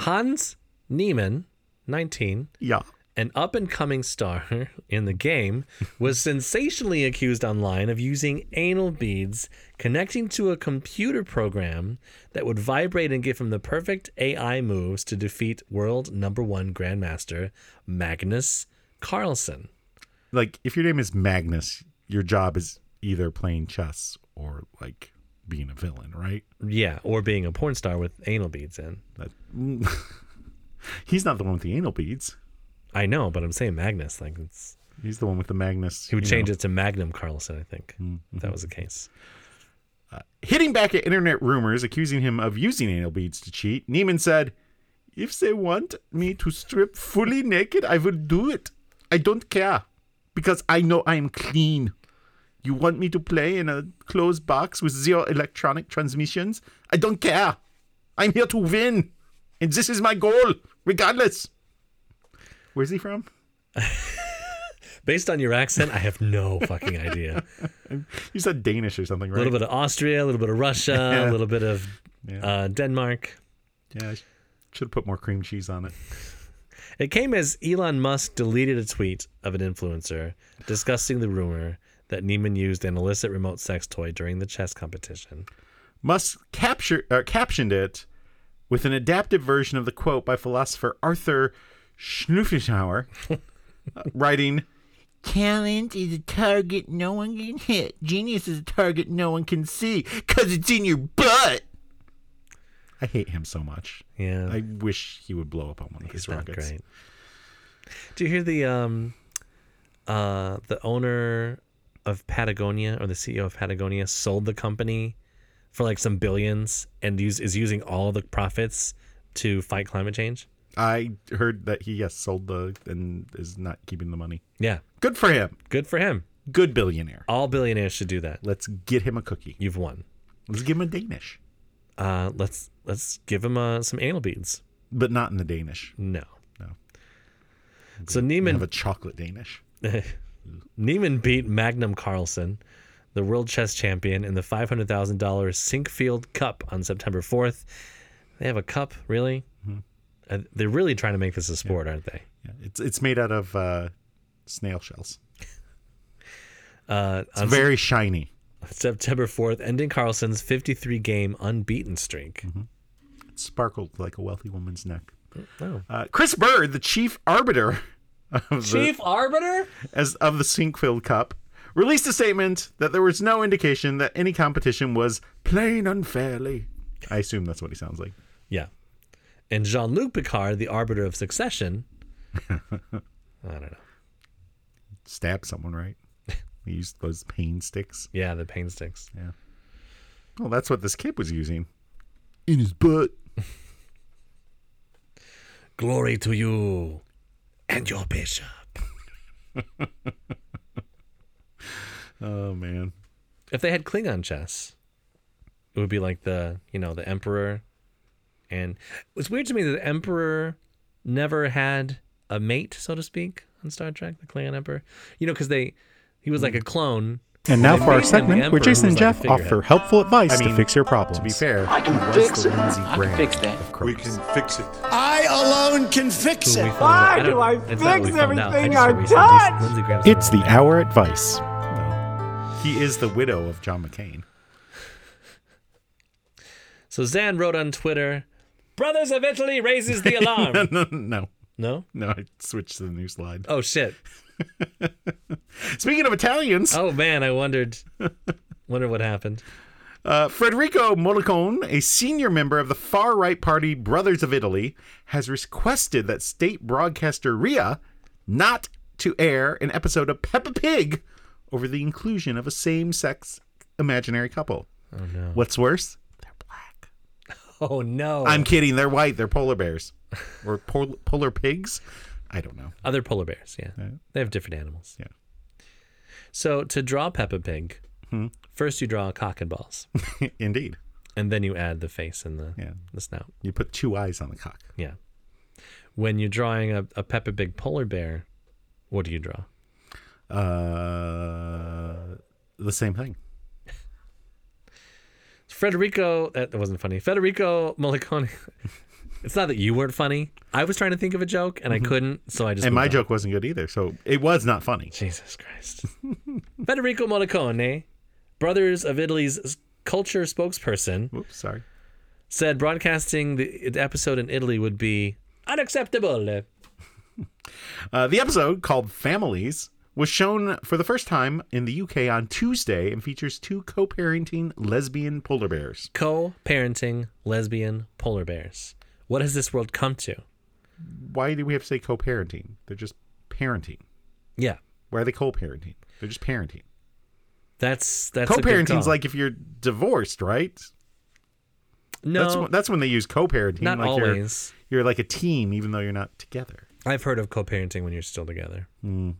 Speaker 2: Hans Niemann, 19,
Speaker 1: Yeah.
Speaker 2: an up and coming star in the game, was sensationally accused online of using anal beads connecting to a computer program that would vibrate and give him the perfect AI moves to defeat world number one grandmaster Magnus Carlsen.
Speaker 1: Like if your name is Magnus, your job is either playing chess or like being a villain, right?
Speaker 2: Yeah, or being a porn star with anal beads in.
Speaker 1: That, he's not the one with the anal beads.
Speaker 2: I know, but I'm saying Magnus. Like it's
Speaker 1: He's the one with the Magnus.
Speaker 2: He would change it to Magnum Carlson, I think. If that was the case.
Speaker 1: Hitting back at internet rumors accusing him of using anal beads to cheat, Neiman said, If they want me to strip fully naked, I will do it. I don't care because I know I am clean. You want me to play in a closed box with zero electronic transmissions? I don't care. I'm here to win. And this is my goal, regardless. Where's he from?
Speaker 2: Based on your accent, I have no fucking idea.
Speaker 1: You said Danish or something,
Speaker 2: A
Speaker 1: right?
Speaker 2: little bit of Austria, a little bit of Russia, a little bit of
Speaker 1: Yeah.
Speaker 2: uh, Denmark.
Speaker 1: Yeah, I should have put more cream cheese on it.
Speaker 2: It came as Elon Musk deleted a tweet of an influencer discussing the rumor that Neiman used an illicit remote sex toy during the chess competition.
Speaker 1: Musk capture, uh, captioned it with an adapted version of the quote by philosopher Arthur Schnuffenhauer, uh, writing,
Speaker 3: Talent is a target no one can hit. Genius is a target no one can see because it's in your butt.
Speaker 1: I hate him so much.
Speaker 2: Yeah.
Speaker 1: I wish he would blow up on one of his
Speaker 2: He's not
Speaker 1: rockets.
Speaker 2: great. Do you hear the um uh the owner of Patagonia or the CEO of Patagonia sold the company for like some billions and use, is using all the profits to fight climate change?
Speaker 1: I heard that he yes sold the and is not keeping the money.
Speaker 2: Yeah.
Speaker 1: Good for him.
Speaker 2: Good for him.
Speaker 1: Good billionaire.
Speaker 2: All billionaires should do that.
Speaker 1: Let's get him a cookie.
Speaker 2: You've won.
Speaker 1: Let's give him a Danish,
Speaker 2: Uh let's let's give him uh, some anal beads.
Speaker 1: but not in the Danish.
Speaker 2: No.
Speaker 1: No.
Speaker 2: So
Speaker 1: Have a
Speaker 2: Neiman
Speaker 1: chocolate Danish.
Speaker 2: Neiman beat Magnum Carlsen, the world chess champion, in the five hundred thousand dollars Sinkfield Cup on September fourth. They have a cup, really. Uh, they're really trying to make this a sport, aren't they?
Speaker 1: Yeah, it's it's made out of uh, snail shells.
Speaker 2: Uh,
Speaker 1: It's
Speaker 2: on
Speaker 1: very shiny.
Speaker 2: September fourth, ending Carlsen's fifty-three game unbeaten streak.
Speaker 1: It sparkled like a wealthy woman's neck.
Speaker 2: Oh.
Speaker 1: Uh, Chris Bird, the chief arbiter of the,
Speaker 2: Chief Arbiter.
Speaker 1: as of the Sinkfield Cup, released a statement that there was no indication that any competition was playing unfairly. I assume that's what he sounds like.
Speaker 2: Yeah. And Jean Luc Picard, the Arbiter of Succession. I don't know.
Speaker 1: Stab someone, right? He used those pain sticks.
Speaker 2: Yeah, the pain sticks.
Speaker 1: Well, that's what this kid was using. In his butt.
Speaker 2: Glory to you and your bishop.
Speaker 1: Oh man.
Speaker 2: if they had Klingon chess, it would be like the you know the Emperor, and it's weird to me that the Emperor never had a mate, so to speak, on Star Trek. The Klingon Emperor, you know, because they he was like a clone.
Speaker 4: And now
Speaker 2: they
Speaker 4: for
Speaker 2: made
Speaker 4: our
Speaker 2: him the
Speaker 4: segment where
Speaker 2: emperor
Speaker 4: Jason
Speaker 2: who
Speaker 4: and
Speaker 2: was like
Speaker 4: Jeff
Speaker 2: a
Speaker 4: offer helpful advice
Speaker 1: I mean,
Speaker 4: to fix your problems.
Speaker 1: To be fair,
Speaker 5: I can
Speaker 1: he was
Speaker 5: fix
Speaker 1: the
Speaker 5: it.
Speaker 1: Lindsey
Speaker 5: I can
Speaker 1: Graham
Speaker 5: fix that.
Speaker 1: of
Speaker 6: We
Speaker 1: Kronos.
Speaker 6: can fix it.
Speaker 7: I alone can fix
Speaker 2: figurehead
Speaker 7: it.
Speaker 2: who we found out-
Speaker 8: Why
Speaker 2: don't
Speaker 8: do I
Speaker 2: know. That's not what we
Speaker 8: fix
Speaker 2: found out. I
Speaker 8: everything
Speaker 2: just
Speaker 8: I
Speaker 2: reached out.
Speaker 8: touch?
Speaker 2: Lindsey Graham's
Speaker 4: it's the
Speaker 2: not-
Speaker 4: hour advice.
Speaker 1: He is the widow of John McCain.
Speaker 2: So Zan wrote on Twitter, "Brothers of Italy raises the alarm."
Speaker 1: no, no,
Speaker 2: no.
Speaker 1: no. I switched to the new slide.
Speaker 2: Oh shit.
Speaker 1: Speaking of Italians,
Speaker 2: Oh man, I wondered. Wonder what happened.
Speaker 1: Uh, Federico Mollicone, a senior member of the far right party Brothers of Italy, has requested that state broadcaster RIA not to air an episode of Peppa Pig over the inclusion of a same sex imaginary couple. Oh, no. What's worse?
Speaker 2: Oh no.
Speaker 1: I'm kidding. They're white. They're polar bears or pol- polar pigs. I don't know.
Speaker 2: Other polar bears, yeah. They have different animals.
Speaker 1: Yeah.
Speaker 2: So to draw Peppa Pig,
Speaker 1: Hmm.
Speaker 2: first you draw cock and balls,
Speaker 1: Indeed.
Speaker 2: and then you add the face and the
Speaker 1: Yeah.
Speaker 2: the snout.
Speaker 1: You put two eyes on the cock.
Speaker 2: Yeah. When you're drawing a, a Peppa Pig polar bear, what do you draw?
Speaker 1: Uh, the same thing.
Speaker 2: Federico, that wasn't funny. Federico Molicone. it's not that you weren't funny. I was trying to think of a joke and I couldn't, so I just
Speaker 1: Mm-hmm. And my
Speaker 2: moved on.
Speaker 1: joke wasn't good either. So it was not funny.
Speaker 2: Jesus Christ. Federico Molicone, Brothers of Italy's culture spokesperson,
Speaker 1: Oops, sorry.
Speaker 2: said broadcasting the the episode in Italy would be unacceptable.
Speaker 1: Uh, the episode, called Families, was shown for the first time in the UK on Tuesday and features two co parenting lesbian polar bears.
Speaker 2: Co parenting lesbian polar bears. What has this world come to?
Speaker 1: Why do we have to say co parenting? They're just parenting.
Speaker 2: Yeah.
Speaker 1: Why are they co parenting? They're just parenting.
Speaker 2: That's that's a
Speaker 1: Co
Speaker 2: good
Speaker 1: parenting's
Speaker 2: call.
Speaker 1: like if you're divorced, right?
Speaker 2: no,
Speaker 1: That's, wh- that's when they use co parenting.
Speaker 2: not
Speaker 1: like you're-
Speaker 2: always.
Speaker 1: You're, like a team, even though you're not together.
Speaker 2: I've heard of co-parenting when you're still together,
Speaker 1: Hmm.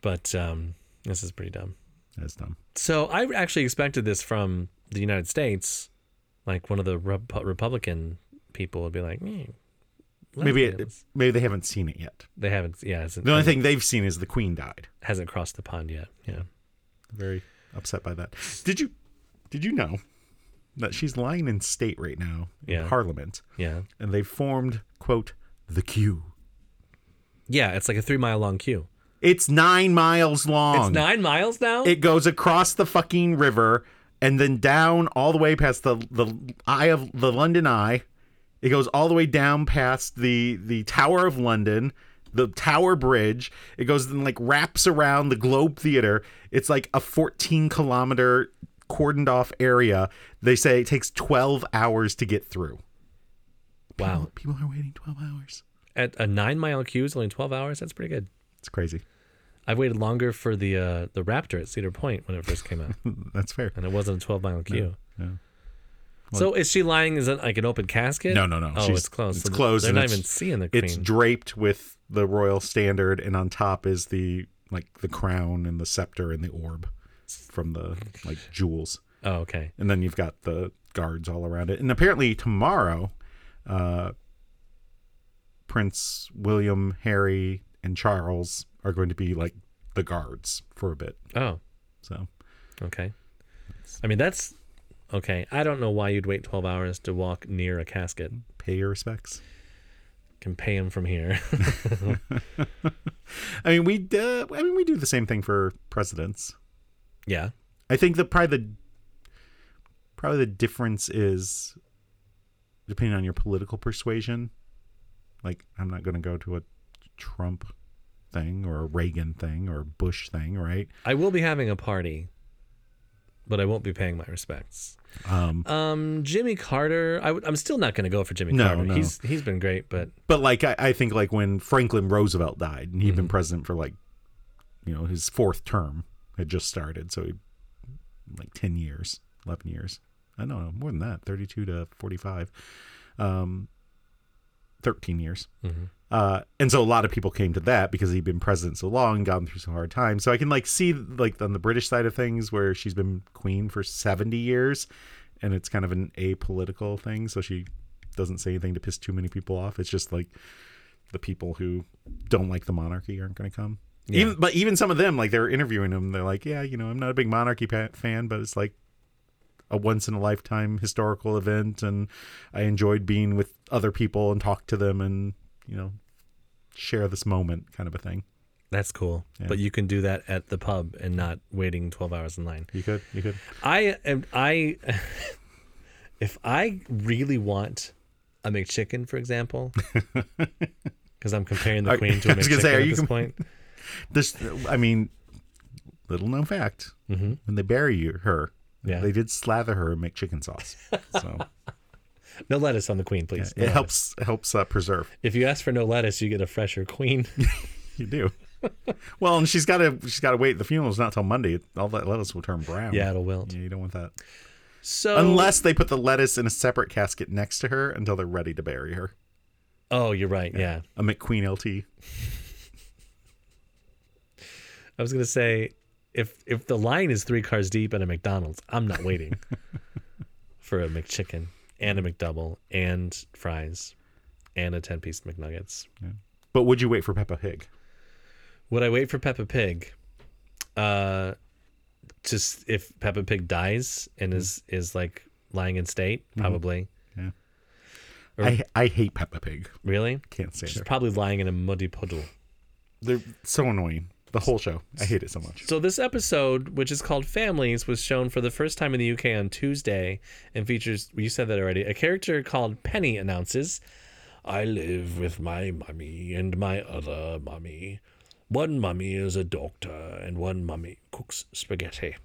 Speaker 2: but um, this is pretty dumb.
Speaker 1: That's dumb.
Speaker 2: So I actually expected this from the United States, like one of the Rep- Republican people would be like, "Hmm,
Speaker 1: Maybe it,
Speaker 2: lesbians."
Speaker 1: maybe they haven't seen it yet.
Speaker 2: they haven't. Yeah, it's,
Speaker 1: The only thing they've seen is the queen died.
Speaker 2: hasn't crossed the pond yet. Yeah.
Speaker 1: very upset by that. Did you did you know that she's lying in state right now in
Speaker 2: Yeah.
Speaker 1: Parliament,
Speaker 2: Yeah.
Speaker 1: and they formed quote the queue.
Speaker 2: Yeah, it's like a three mile long queue.
Speaker 1: It's nine miles long.
Speaker 2: It's nine miles now?
Speaker 1: It goes across the fucking river and then down all the way past the the eye of the London Eye. It goes all the way down past the the Tower of London the Tower Bridge. It goes and like wraps around the Globe Theater. It's like a 14 kilometer cordoned off area. They say it takes 12 hours to get through.
Speaker 2: Wow.
Speaker 1: People are waiting 12 hours.
Speaker 2: At a nine mile queue is only 12 hours. That's pretty good.
Speaker 1: It's crazy.
Speaker 2: I waited longer for the uh, the Raptor at Cedar Point when it first came out,
Speaker 1: That's fair.
Speaker 2: and it wasn't a 12 mile queue.
Speaker 1: no.
Speaker 2: so is she lying? Is it like an open casket?
Speaker 1: No, no, no.
Speaker 2: Oh,
Speaker 1: She's-
Speaker 2: it's closed.
Speaker 1: it's
Speaker 2: So th-
Speaker 1: closed
Speaker 2: They're
Speaker 1: and
Speaker 2: not
Speaker 1: it's-
Speaker 2: even seeing the
Speaker 1: It's
Speaker 2: queen.
Speaker 1: draped with the royal standard, and on top is the like the crown and the scepter and the orb from the like jewels.
Speaker 2: oh, okay.
Speaker 1: and then you've got the guards all around it. And apparently tomorrow, uh, Prince William, Harry, and Charles are going to be like the guards for a bit.
Speaker 2: Oh,
Speaker 1: So
Speaker 2: okay. I mean, that's okay. I don't know why you'd wait 12 hours to walk near a casket.
Speaker 1: pay your respects.
Speaker 2: Can pay him from here.
Speaker 1: I mean, we uh, I mean we do the same thing for presidents.
Speaker 2: yeah.
Speaker 1: I think the probably the probably the difference is depending on your political persuasion. Like I'm not going to go to a Trump thing or a Reagan thing or a Bush thing, right?
Speaker 2: I will be having a party, but I won't be paying my respects.
Speaker 1: Um,
Speaker 2: Um, Jimmy Carter. I w- I'm still not going to go for Jimmy
Speaker 1: No,
Speaker 2: Carter.
Speaker 1: no.
Speaker 2: He's he's been great, but
Speaker 1: but like I, I think like when Franklin Roosevelt died and he had been president for like you know his fourth term had just started, so he like ten years, eleven years. I don't know more than that, thirty-two to forty-five, um, thirteen years. Uh, and so a lot of people came to that because he'd been president so long, gone through some hard times. So I can like see like on the British side of things where she's been queen for seventy years, and it's kind of an apolitical thing. So she doesn't say anything to piss too many people off. It's just like the people who don't like the monarchy aren't going to come. Even but even some of them like they're interviewing them. They're like, yeah, you know, I'm not a big monarchy pa- fan, but it's like a once in a lifetime historical event, and I enjoyed being with other people and talk to them and you know share this moment kind of a thing.
Speaker 2: that's cool. But you can do that at the pub and not waiting 12 hours in line.
Speaker 1: You could, you could.
Speaker 2: I am I if I really want a McChicken, for example, because I'm comparing the
Speaker 1: Are-
Speaker 2: Queen to a
Speaker 1: I was gonna
Speaker 2: McChicken
Speaker 1: say, are
Speaker 2: at
Speaker 1: you
Speaker 2: this
Speaker 1: com-
Speaker 2: point.
Speaker 1: This, I mean, little known fact: when they bury you, her,
Speaker 2: Yeah.
Speaker 1: they did slather her and make chicken sauce. So
Speaker 2: No lettuce on the Queen, please. No
Speaker 1: it
Speaker 2: lettuce.
Speaker 1: helps helps uh, preserve.
Speaker 2: If you ask for no lettuce, you get a fresher Queen.
Speaker 1: You do. well, and she's got to she's got to wait. The funeral's not till Monday. All that lettuce will turn brown.
Speaker 2: yeah, it'll wilt.
Speaker 1: Yeah, Oh. you don't want that.
Speaker 2: So
Speaker 1: Unless they put the lettuce in a separate casket next to her until they're ready to bury her.
Speaker 2: oh, you're right. yeah.
Speaker 1: A McQueen LT.
Speaker 2: I was gonna say, if if the line is three cars deep at a McDonald's, I'm not waiting for a McChicken and a McDouble and fries and a ten piece McNuggets.
Speaker 1: But would you wait for Peppa Pig?
Speaker 2: Would I wait for Peppa Pig? Uh, just if Peppa Pig dies and is is like lying in state, probably. Or-
Speaker 1: I I hate Peppa Pig.
Speaker 2: Really,
Speaker 1: Can't stand
Speaker 2: she's
Speaker 1: her.
Speaker 2: probably lying in a muddy puddle.
Speaker 1: They're so annoying. The whole show. I hate it so much.
Speaker 2: So this episode, which is called Families, was shown for the first time in the UK on Tuesday and features you said that already. A character called Penny announces, I live with my mummy and my other mummy. One mummy is a doctor and one mummy cooks spaghetti.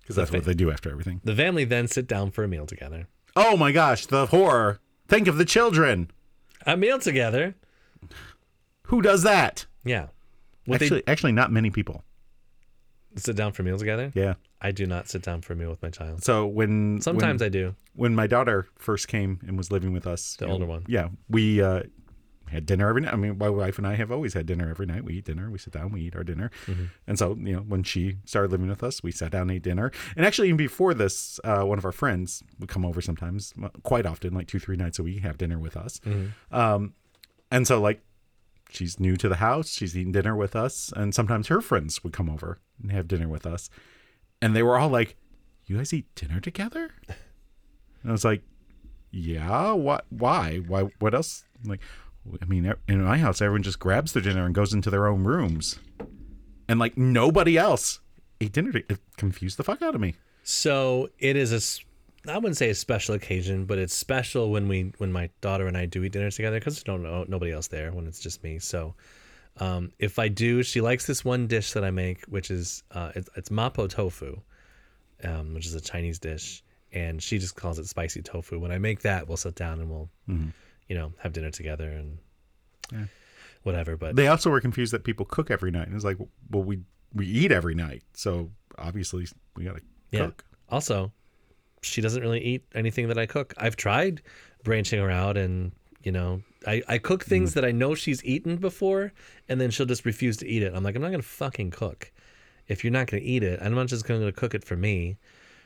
Speaker 1: Because that's what they do after everything.
Speaker 2: The family then sit down for a meal together.
Speaker 1: Oh my gosh, the horror. Think of the children.
Speaker 2: A meal together?
Speaker 1: Who does that?
Speaker 2: Yeah. Would
Speaker 1: actually, actually, not many people.
Speaker 2: they sit down for a meal together?
Speaker 1: Yeah.
Speaker 2: I do not sit down for a meal with my child.
Speaker 1: So when
Speaker 2: Sometimes
Speaker 1: when,
Speaker 2: I do.
Speaker 1: when my daughter first came and was living with us,
Speaker 2: The
Speaker 1: you know,
Speaker 2: older one.
Speaker 1: yeah, we uh, had dinner every night. I mean, my wife and I have always had dinner every night. We eat dinner, we sit down, we eat our dinner, and so you know, when she started living with us, we sat down, and ate dinner, and actually, even before this, uh, one of our friends would come over sometimes, quite often, like two, three nights a week, have dinner with us, um, and so like she's new to the house. She's eating dinner with us, and sometimes her friends would come over and have dinner with us. And they were all like, "You guys eat dinner together?" And I was like, "Yeah. What? Why? Why? What else?" I'm like, I mean, e, in my house, everyone just grabs their dinner and goes into their own rooms, and like nobody else ate dinner. To- it confused the fuck out of me.
Speaker 2: So it is a s- I wouldn't say a special occasion, but it's special when we when my daughter and I do eat dinner together because there's no, no nobody else there when it's just me. So um, if I do, she likes this one dish that I make, which is uh, it's, it's mapo tofu, um, which is a Chinese dish, and she just calls it spicy tofu. When I make that, we'll sit down and we'll you know have dinner together and whatever. But
Speaker 1: They also were confused that people cook every night, and it's like, well, we we eat every night, so obviously we gotta
Speaker 2: Yeah.
Speaker 1: cook.
Speaker 2: Also, she doesn't really eat anything that I cook. I've tried branching her out and, you know, I, I cook things that I know she's eaten before and then she'll just refuse to eat it. I'm like, I'm not going to fucking cook. If you're not going to eat it, I'm not just going to cook it for me.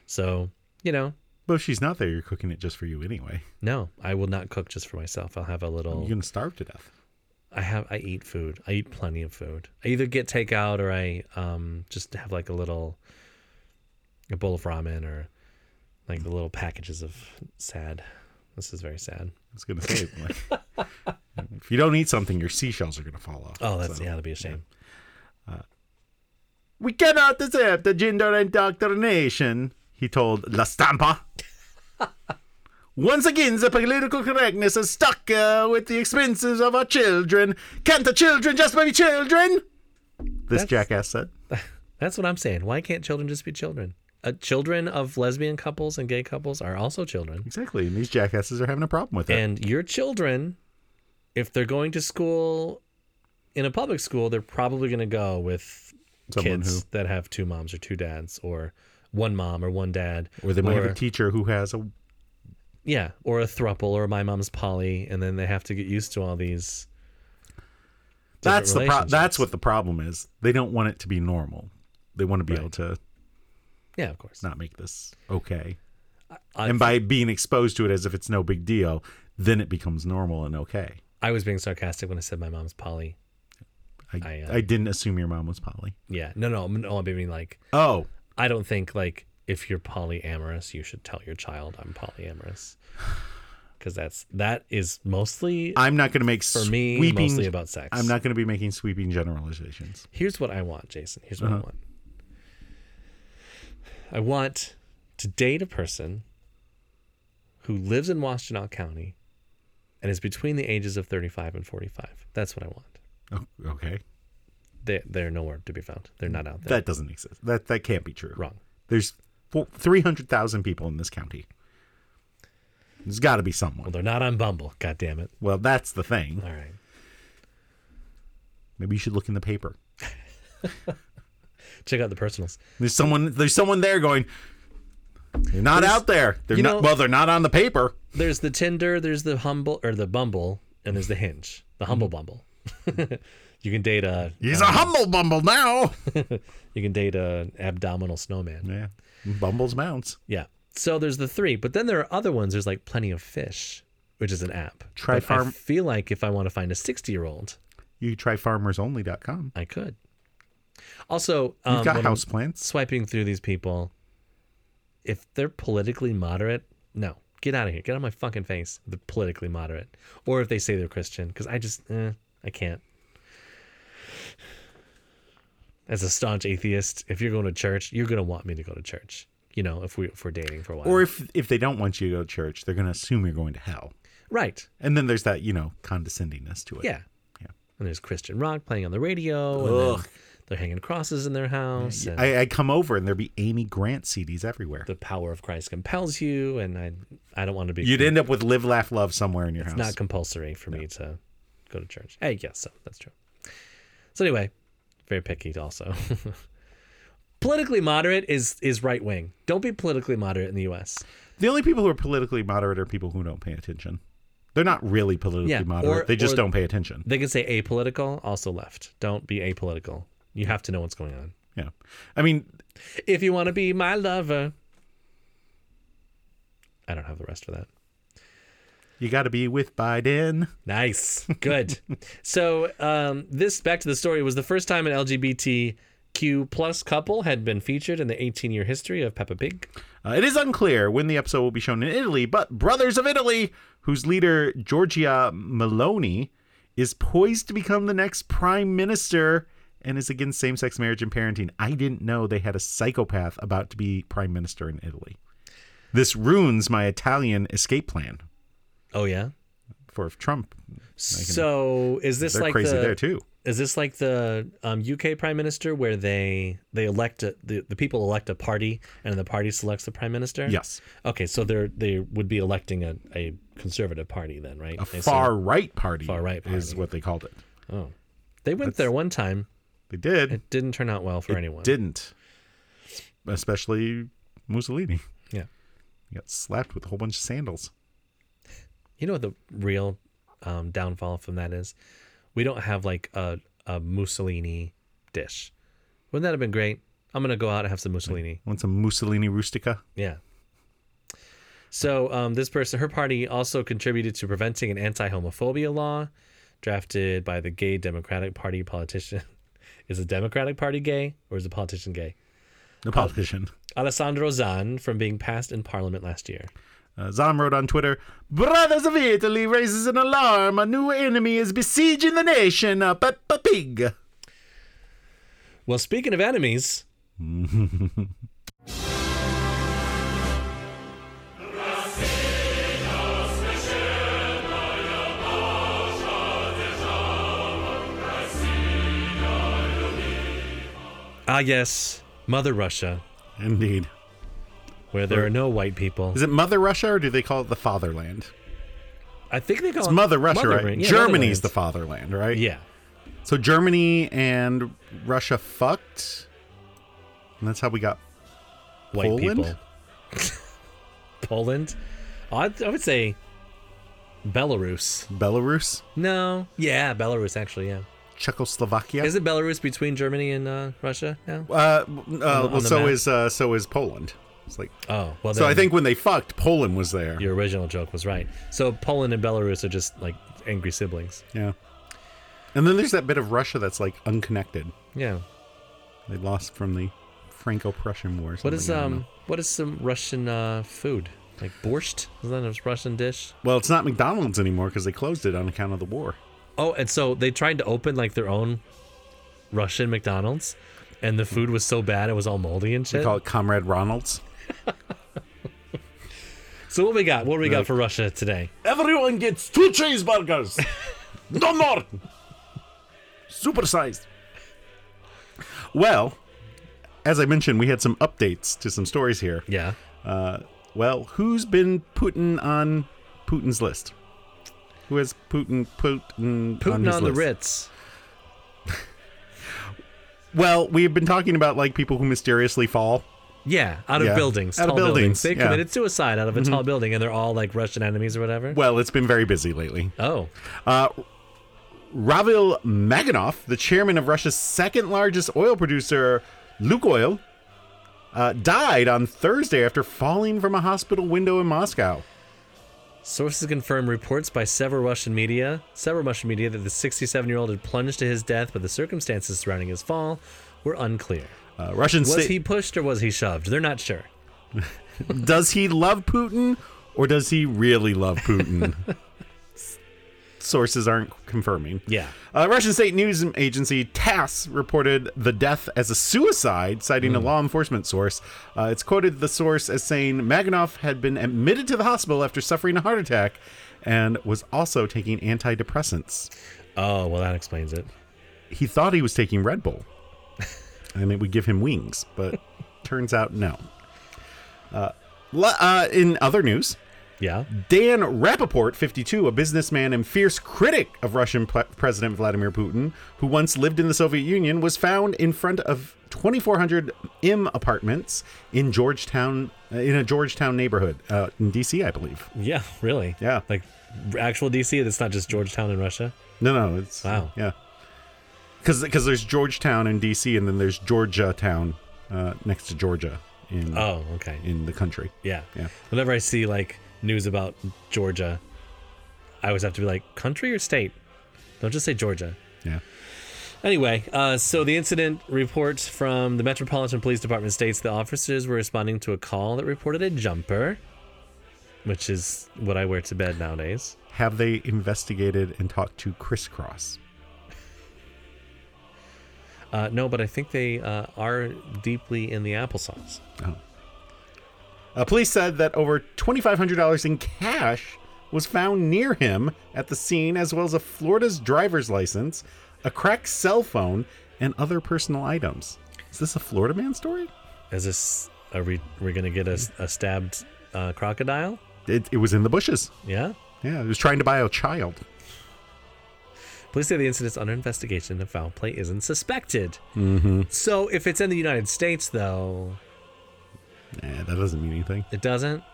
Speaker 2: So, you know,
Speaker 1: But if she's not there, you're cooking it just for you anyway.
Speaker 2: no, I will not cook just for myself. I'll have a little
Speaker 1: You're gonna starve to death.
Speaker 2: I have I eat food. I eat plenty of food. I either get takeout or I um just have like a little a bowl of ramen or like the little packages of sad. This is very sad.
Speaker 1: I was gonna say, like, if you don't eat something, your seashells are gonna fall off.
Speaker 2: Oh, that's
Speaker 1: So-
Speaker 2: yeah, that'd be a shame.
Speaker 1: We cannot accept the gender indoctrination, he told La Stampa. Once again, the political correctness is stuck uh, with the expenses of our children. Can't the children just be children? This
Speaker 2: That's-
Speaker 1: jackass said.
Speaker 2: That's what I'm saying. Why can't children just be children? Uh, children of lesbian couples and gay couples are also children.
Speaker 1: Exactly, and these jackasses are having a problem with it.
Speaker 2: And your children, if they're going to school in a public school, they're probably going to go with
Speaker 1: Someone
Speaker 2: kids that have two moms or two dads or one mom or one dad.
Speaker 1: or they might have a teacher who has a
Speaker 2: yeah, or a thruple or my mom's Polly, and then they have to get used to all these. different
Speaker 1: that's the pro- that's
Speaker 2: relationships.
Speaker 1: what the problem is. They don't want it to be normal. They want to be
Speaker 2: Right.
Speaker 1: able to
Speaker 2: Yeah, of course.
Speaker 1: not make this okay.
Speaker 2: I-
Speaker 1: and by being exposed to it as if it's no big deal, then it becomes normal and okay.
Speaker 2: I was being sarcastic when I said my mom's Polly.
Speaker 1: I,
Speaker 2: I,
Speaker 1: I,
Speaker 2: uh,
Speaker 1: didn't assume your mom was Polly.
Speaker 2: Yeah, no, no, no. I mean, like,
Speaker 1: Oh,
Speaker 2: I don't think like if you're polyamorous, you should tell your child I'm polyamorous, because that's that is mostly
Speaker 1: I'm not going to make
Speaker 2: for me
Speaker 1: sweeping.
Speaker 2: mostly about sex.
Speaker 1: I'm not going to be making sweeping generalizations.
Speaker 2: Here's what I want, Jason. Here's
Speaker 1: Uh-huh.
Speaker 2: what I want. I want to date a person who lives in Washtenaw County and is between the ages of 35 and 45. That's what I want.
Speaker 1: Oh, okay,
Speaker 2: They, they're nowhere to be found. They're not out there.
Speaker 1: that doesn't exist. That that can't be true.
Speaker 2: Wrong.
Speaker 1: There's three hundred thousand people in this county. There's got to be
Speaker 2: Well,
Speaker 1: someone.
Speaker 2: they're not on Bumble. God damn it.
Speaker 1: Well, that's the thing.
Speaker 2: All right.
Speaker 1: Maybe you should look in the paper.
Speaker 2: Check out the personals.
Speaker 1: There's someone. There's someone there going. They're not out there. They're
Speaker 2: you
Speaker 1: not.
Speaker 2: know-
Speaker 1: well, they're not on the paper.
Speaker 2: There's the Tinder, there's the Humble or the Bumble, and there's the Hinge, the Humble Bumble. you can date a
Speaker 1: Mm-hmm.
Speaker 2: uh,
Speaker 1: He's a humble bumble now.
Speaker 2: you can date a abdominal snowman.
Speaker 1: yeah, Bumble's mounts.
Speaker 2: Yeah. So there's the three, but then there are other ones. There's like Plenty of Fish, which is an app.
Speaker 1: Try
Speaker 2: But I
Speaker 1: farm-
Speaker 2: feel like if I want to find a 60 year old,
Speaker 1: You could try farmersonly.com.
Speaker 2: I could. Also, um,
Speaker 1: You've got
Speaker 2: when I'm
Speaker 1: houseplants.
Speaker 2: swiping through these people, if they're politically moderate, no, get out of here. Get out of my fucking face. The politically moderate, or if they say they're Christian, because I just, eh, I can't. As a staunch atheist, if you're going to church, you're going to want me to go to church. You know, if we if we're dating for a while,
Speaker 1: Or if if they don't want you to go to church, they're going to assume you're going to hell.
Speaker 2: right.
Speaker 1: And then there's that, you know, condescendingness to it.
Speaker 2: Yeah.
Speaker 1: Yeah.
Speaker 2: And there's Christian rock playing on the radio. And then they're hanging crosses in their house. And
Speaker 1: I, I come over and there'd be Amy Grant CDs everywhere.
Speaker 2: the power of Christ compels you. And I, I don't want to be.
Speaker 1: You'd end up with Live, Laugh, Love somewhere in your house.
Speaker 2: not compulsory for me to go to church. Hey, yes, so that's true. So anyway, very picky also. politically moderate is is right wing. Don't be politically moderate in the U.S.
Speaker 1: the only people who are politically moderate are people who don't pay attention. They're not really politically
Speaker 2: Yeah,
Speaker 1: moderate.
Speaker 2: or-
Speaker 1: they just
Speaker 2: or-
Speaker 1: don't pay attention.
Speaker 2: They can say apolitical, also left. Don't be apolitical. You have to know what's going on.
Speaker 1: Yeah. I mean,
Speaker 2: If you want to be my lover. I don't have the rest for that.
Speaker 1: you got to be with Biden.
Speaker 2: Nice. Good. so um, this back to the story was the first time an LGBTQ plus couple had been featured in the 18 year history of Peppa Pig.
Speaker 1: Uh, it is unclear when the episode will be shown in Italy, but Brothers of Italy, whose leader Giorgia Maloney is poised to become the next prime minister and is against same sex marriage and parenting. I didn't know they had a psychopath about to be prime minister in Italy. This ruins my Italian escape plan
Speaker 2: Oh yeah.
Speaker 1: for if Trump.
Speaker 2: So is this
Speaker 1: They're
Speaker 2: like
Speaker 1: crazy
Speaker 2: the
Speaker 1: there too.
Speaker 2: is this like the um, UK prime minister where they they elect a, the the people elect a party and the party selects the prime minister?
Speaker 1: Yes.
Speaker 2: Okay, so they're they would be electing a, a conservative party then, right?
Speaker 1: A
Speaker 2: I assume.
Speaker 1: far right party,
Speaker 2: Far right
Speaker 1: is
Speaker 2: party.
Speaker 1: what they called it.
Speaker 2: They went there one time.
Speaker 1: They did.
Speaker 2: It didn't turn out well for anyone.
Speaker 1: Didn't. Especially Mussolini.
Speaker 2: Yeah.
Speaker 1: He got slapped with a whole bunch of sandals.
Speaker 2: You know what the real um, downfall from that is? We don't have like a, a Mussolini dish. Wouldn't that have been great? I'm gonna go out and have some Mussolini.
Speaker 1: Want some Mussolini rustica?
Speaker 2: Yeah. So um, this person, her party, also contributed to preventing an anti-homophobia law drafted by the gay Democratic Party politician. is the Democratic Party gay or is the politician gay?
Speaker 1: The politician.
Speaker 2: Alessandro Zan from being passed in Parliament last year.
Speaker 1: Uh, Zom wrote on Twitter, Brothers of Italy raises an alarm. A new enemy is besieging the nation. A Peppa Pig.
Speaker 2: Well, speaking of enemies, ah yes, Mother Russia,
Speaker 1: Indeed.
Speaker 2: where there are no white people.
Speaker 1: Is it Mother Russia or do they call it the fatherland?
Speaker 2: I think they call
Speaker 1: It's
Speaker 2: it
Speaker 1: Mother Russia, right?
Speaker 2: Motherland. Yeah,
Speaker 1: Germany's
Speaker 2: Motherland.
Speaker 1: the fatherland, right?
Speaker 2: yeah.
Speaker 1: So Germany and Russia fucked. And that's how we got
Speaker 2: white
Speaker 1: Poland?
Speaker 2: people. Poland? I, I would say Belarus.
Speaker 1: Belarus,
Speaker 2: No. Yeah, Belarus, actually, yeah.
Speaker 1: Czechoslovakia.
Speaker 2: Isn't Belarus between Germany and uh, Russia now?
Speaker 1: Uh, uh,
Speaker 2: on
Speaker 1: well,
Speaker 2: the
Speaker 1: so
Speaker 2: map.
Speaker 1: is uh, so is Poland. It's like
Speaker 2: Oh, well,
Speaker 1: so. I
Speaker 2: then
Speaker 1: think when they fucked, Poland was there.
Speaker 2: your original joke was right. So Poland and Belarus are just like angry siblings.
Speaker 1: Yeah. And then there's that bit of Russia that's like unconnected.
Speaker 2: Yeah.
Speaker 1: They lost from the Franco-Prussian War. or
Speaker 2: What is
Speaker 1: something, I don't
Speaker 2: um
Speaker 1: know.
Speaker 2: what is some Russian uh, food? Like borscht? Isn't that a Russian dish?
Speaker 1: Well, it's not McDonald's anymore because they closed it on account of the war.
Speaker 2: Oh, and so they tried to open like their own Russian McDonald's and the food was so bad it was all moldy and
Speaker 1: They
Speaker 2: shit.
Speaker 1: call it Comrade Ronald's.
Speaker 2: So what we got? What we got for Russia today?
Speaker 1: Everyone gets two cheeseburgers. no more. Supersized. Well, as I mentioned, we had some updates to some stories here.
Speaker 2: Yeah.
Speaker 1: Well, who's been Putin on Putin's list? Who has Putin Putin,
Speaker 2: Putin on,
Speaker 1: his
Speaker 2: the
Speaker 1: list?
Speaker 2: Ritz.
Speaker 1: Well, we've been talking about like people who mysteriously fall.
Speaker 2: Yeah, out of
Speaker 1: Yeah.
Speaker 2: buildings,
Speaker 1: Out of
Speaker 2: tall buildings.
Speaker 1: buildings,
Speaker 2: They
Speaker 1: yeah. Mm-hmm.
Speaker 2: committed suicide out of a tall building, and they're all like Russian enemies or whatever.
Speaker 1: Well, it's been very busy lately.
Speaker 2: Oh,
Speaker 1: Ravil Maganov, the chairman of Russia's second largest oil producer, Lukoil, uh, died on Thursday after falling from a hospital window in Moscow.
Speaker 2: sources confirm reports by several Russian media, several Russian media, that the 67-year-old had plunged to his death, but the circumstances surrounding his fall were unclear.
Speaker 1: Uh, Russian
Speaker 2: Was
Speaker 1: state
Speaker 2: he pushed or was he shoved? They're not sure.
Speaker 1: does he love Putin or does he really love Putin? Sources aren't confirming.
Speaker 2: Yeah.
Speaker 1: Uh, Russian state news agency TASS reported the death as a suicide, citing a law enforcement source. Uh, it's quoted the source as saying Maganov had been admitted to the hospital after suffering a heart attack and was also taking antidepressants.
Speaker 2: Oh, well, that explains it.
Speaker 1: He thought he was taking Red Bull and it would give him wings, but turns out no. Uh, le- uh, in other news,
Speaker 2: Yeah.
Speaker 1: Dan Rappaport, 52, a businessman and fierce critic of Russian P- President Vladimir Putin, who once lived in the Soviet Union, was found in front of 2,400 M apartments in Georgetown, uh, in a Georgetown neighborhood uh, in D.C., I believe.
Speaker 2: Yeah. Really.
Speaker 1: Yeah.
Speaker 2: Like actual DC. That's not just Georgetown in Russia.
Speaker 1: No, no, it's
Speaker 2: Wow.
Speaker 1: yeah. Because there's Georgetown in D.C. and then there's Georgia Town uh, next to Georgia in
Speaker 2: Oh, okay.
Speaker 1: in the country.
Speaker 2: Yeah.
Speaker 1: Yeah.
Speaker 2: Whenever I see like news about Georgia, I always have to be like, country or state? Don't just say Georgia.
Speaker 1: Yeah.
Speaker 2: Anyway, uh, so the incident report from the Metropolitan Police Department states the officers were responding to a call that reported a jumper, which is what I wear to bed nowadays.
Speaker 1: Have they investigated and talked to Crisscross?
Speaker 2: Uh, no, but I think they uh, are deeply in the applesauce.
Speaker 1: Oh. Uh, police said that over $2,500 in cash was found near him at the scene, as well as a Florida's driver's license, a cracked cell phone, and other personal items. Is this a Florida man story?
Speaker 2: Is this? Are we? We're gonna get a, a stabbed uh, crocodile?
Speaker 1: It, it was in the bushes.
Speaker 2: Yeah.
Speaker 1: Yeah, it was trying to buy a child.
Speaker 2: Police say the incident's under investigation and foul play isn't suspected. So if it's in the United States, though,
Speaker 1: Eh, that doesn't mean anything.
Speaker 2: it doesn't.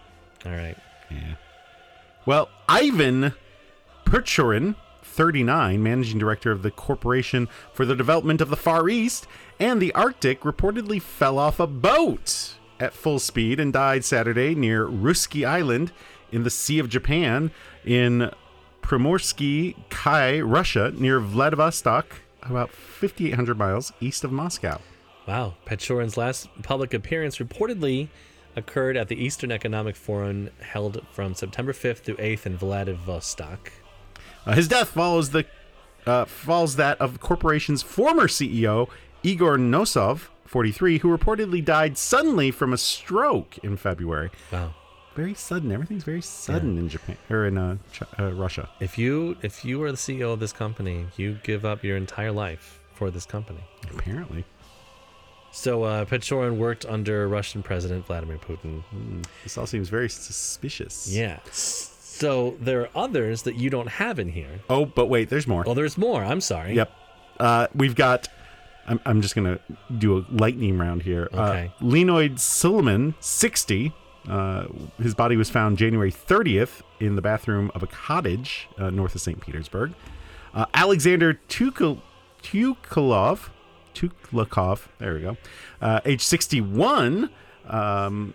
Speaker 2: All right.
Speaker 1: Yeah. Well, Ivan Perchurin, 39, managing director of the Corporation for the Development of the Far East and the Arctic, reportedly fell off a boat at full speed and died Saturday near Ruski Island in the Sea of Japan in Primorsky Kai, Russia, near Vladivostok, about 5,800 miles east of Moscow.
Speaker 2: Wow. Petchorin's last public appearance reportedly occurred at the Eastern Economic Forum held from September 5th through 8th in Vladivostok.
Speaker 1: Uh, his death follows the uh, follows that of the corporation's former CEO Igor Nosov, 43, who reportedly died suddenly from a stroke in February.
Speaker 2: Wow.
Speaker 1: Very sudden. Everything's very sudden in Japan or in uh, Ch- uh, Russia.
Speaker 2: If you if you are the CEO of this company, you give up your entire life for this company.
Speaker 1: Apparently,
Speaker 2: So uh, Petchorin worked under Russian President Vladimir Putin.
Speaker 1: this all seems very suspicious.
Speaker 2: Yeah. So there are others that you don't have in here.
Speaker 1: Oh, but wait, there's more.
Speaker 2: Well, there's more. I'm sorry.
Speaker 1: Yep. Uh, we've got. I'm, I'm just gonna do a lightning round here.
Speaker 2: Okay.
Speaker 1: Uh, Lenoid Silliman, 60. Uh, his body was found January 30th in the bathroom of a cottage uh, north of St. Petersburg. Uh, Alexander Tukul- Tukulov, Tuklakov, there we go, uh, age 61, um,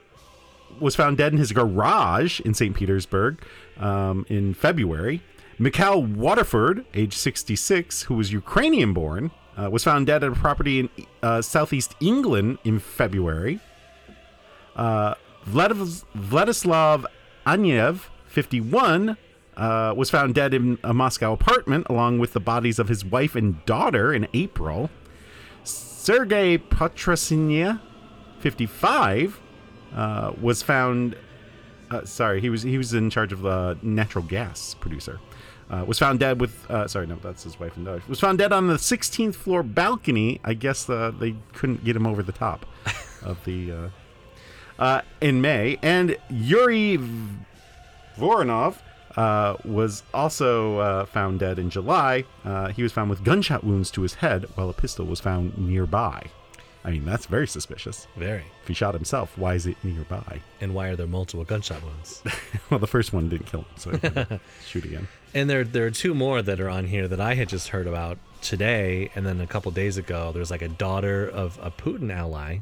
Speaker 1: was found dead in his garage in St. Petersburg um, in February. Mikhail Waterford, age 66, who was Ukrainian born, uh, was found dead at a property in uh, southeast England in February. Vladiv- Vladislav Anyev, 51, uh, was found dead in a Moscow apartment along with the bodies of his wife and daughter in April. Sergei Patrasinya, 55, uh, was found. Uh, sorry, he was he was in charge of the natural gas producer. Uh, was found dead with. Uh, sorry, no, that's his wife and daughter. Was found dead on the 16th floor balcony. I guess uh, they couldn't get him over the top of the. Uh, uh, in May, and Yuri V- Voronov uh, was also uh, found dead in July. Uh, he was found with gunshot wounds to his head, while a pistol was found nearby. I mean, that's very suspicious.
Speaker 2: Very.
Speaker 1: If he shot himself, why is it nearby?
Speaker 2: And why are there multiple gunshot wounds?
Speaker 1: Well, the first one didn't kill him, so he couldn't shoot again.
Speaker 2: and there there are two more that are on here that I had just heard about today, and then a couple days ago. There's like a daughter of a Putin ally,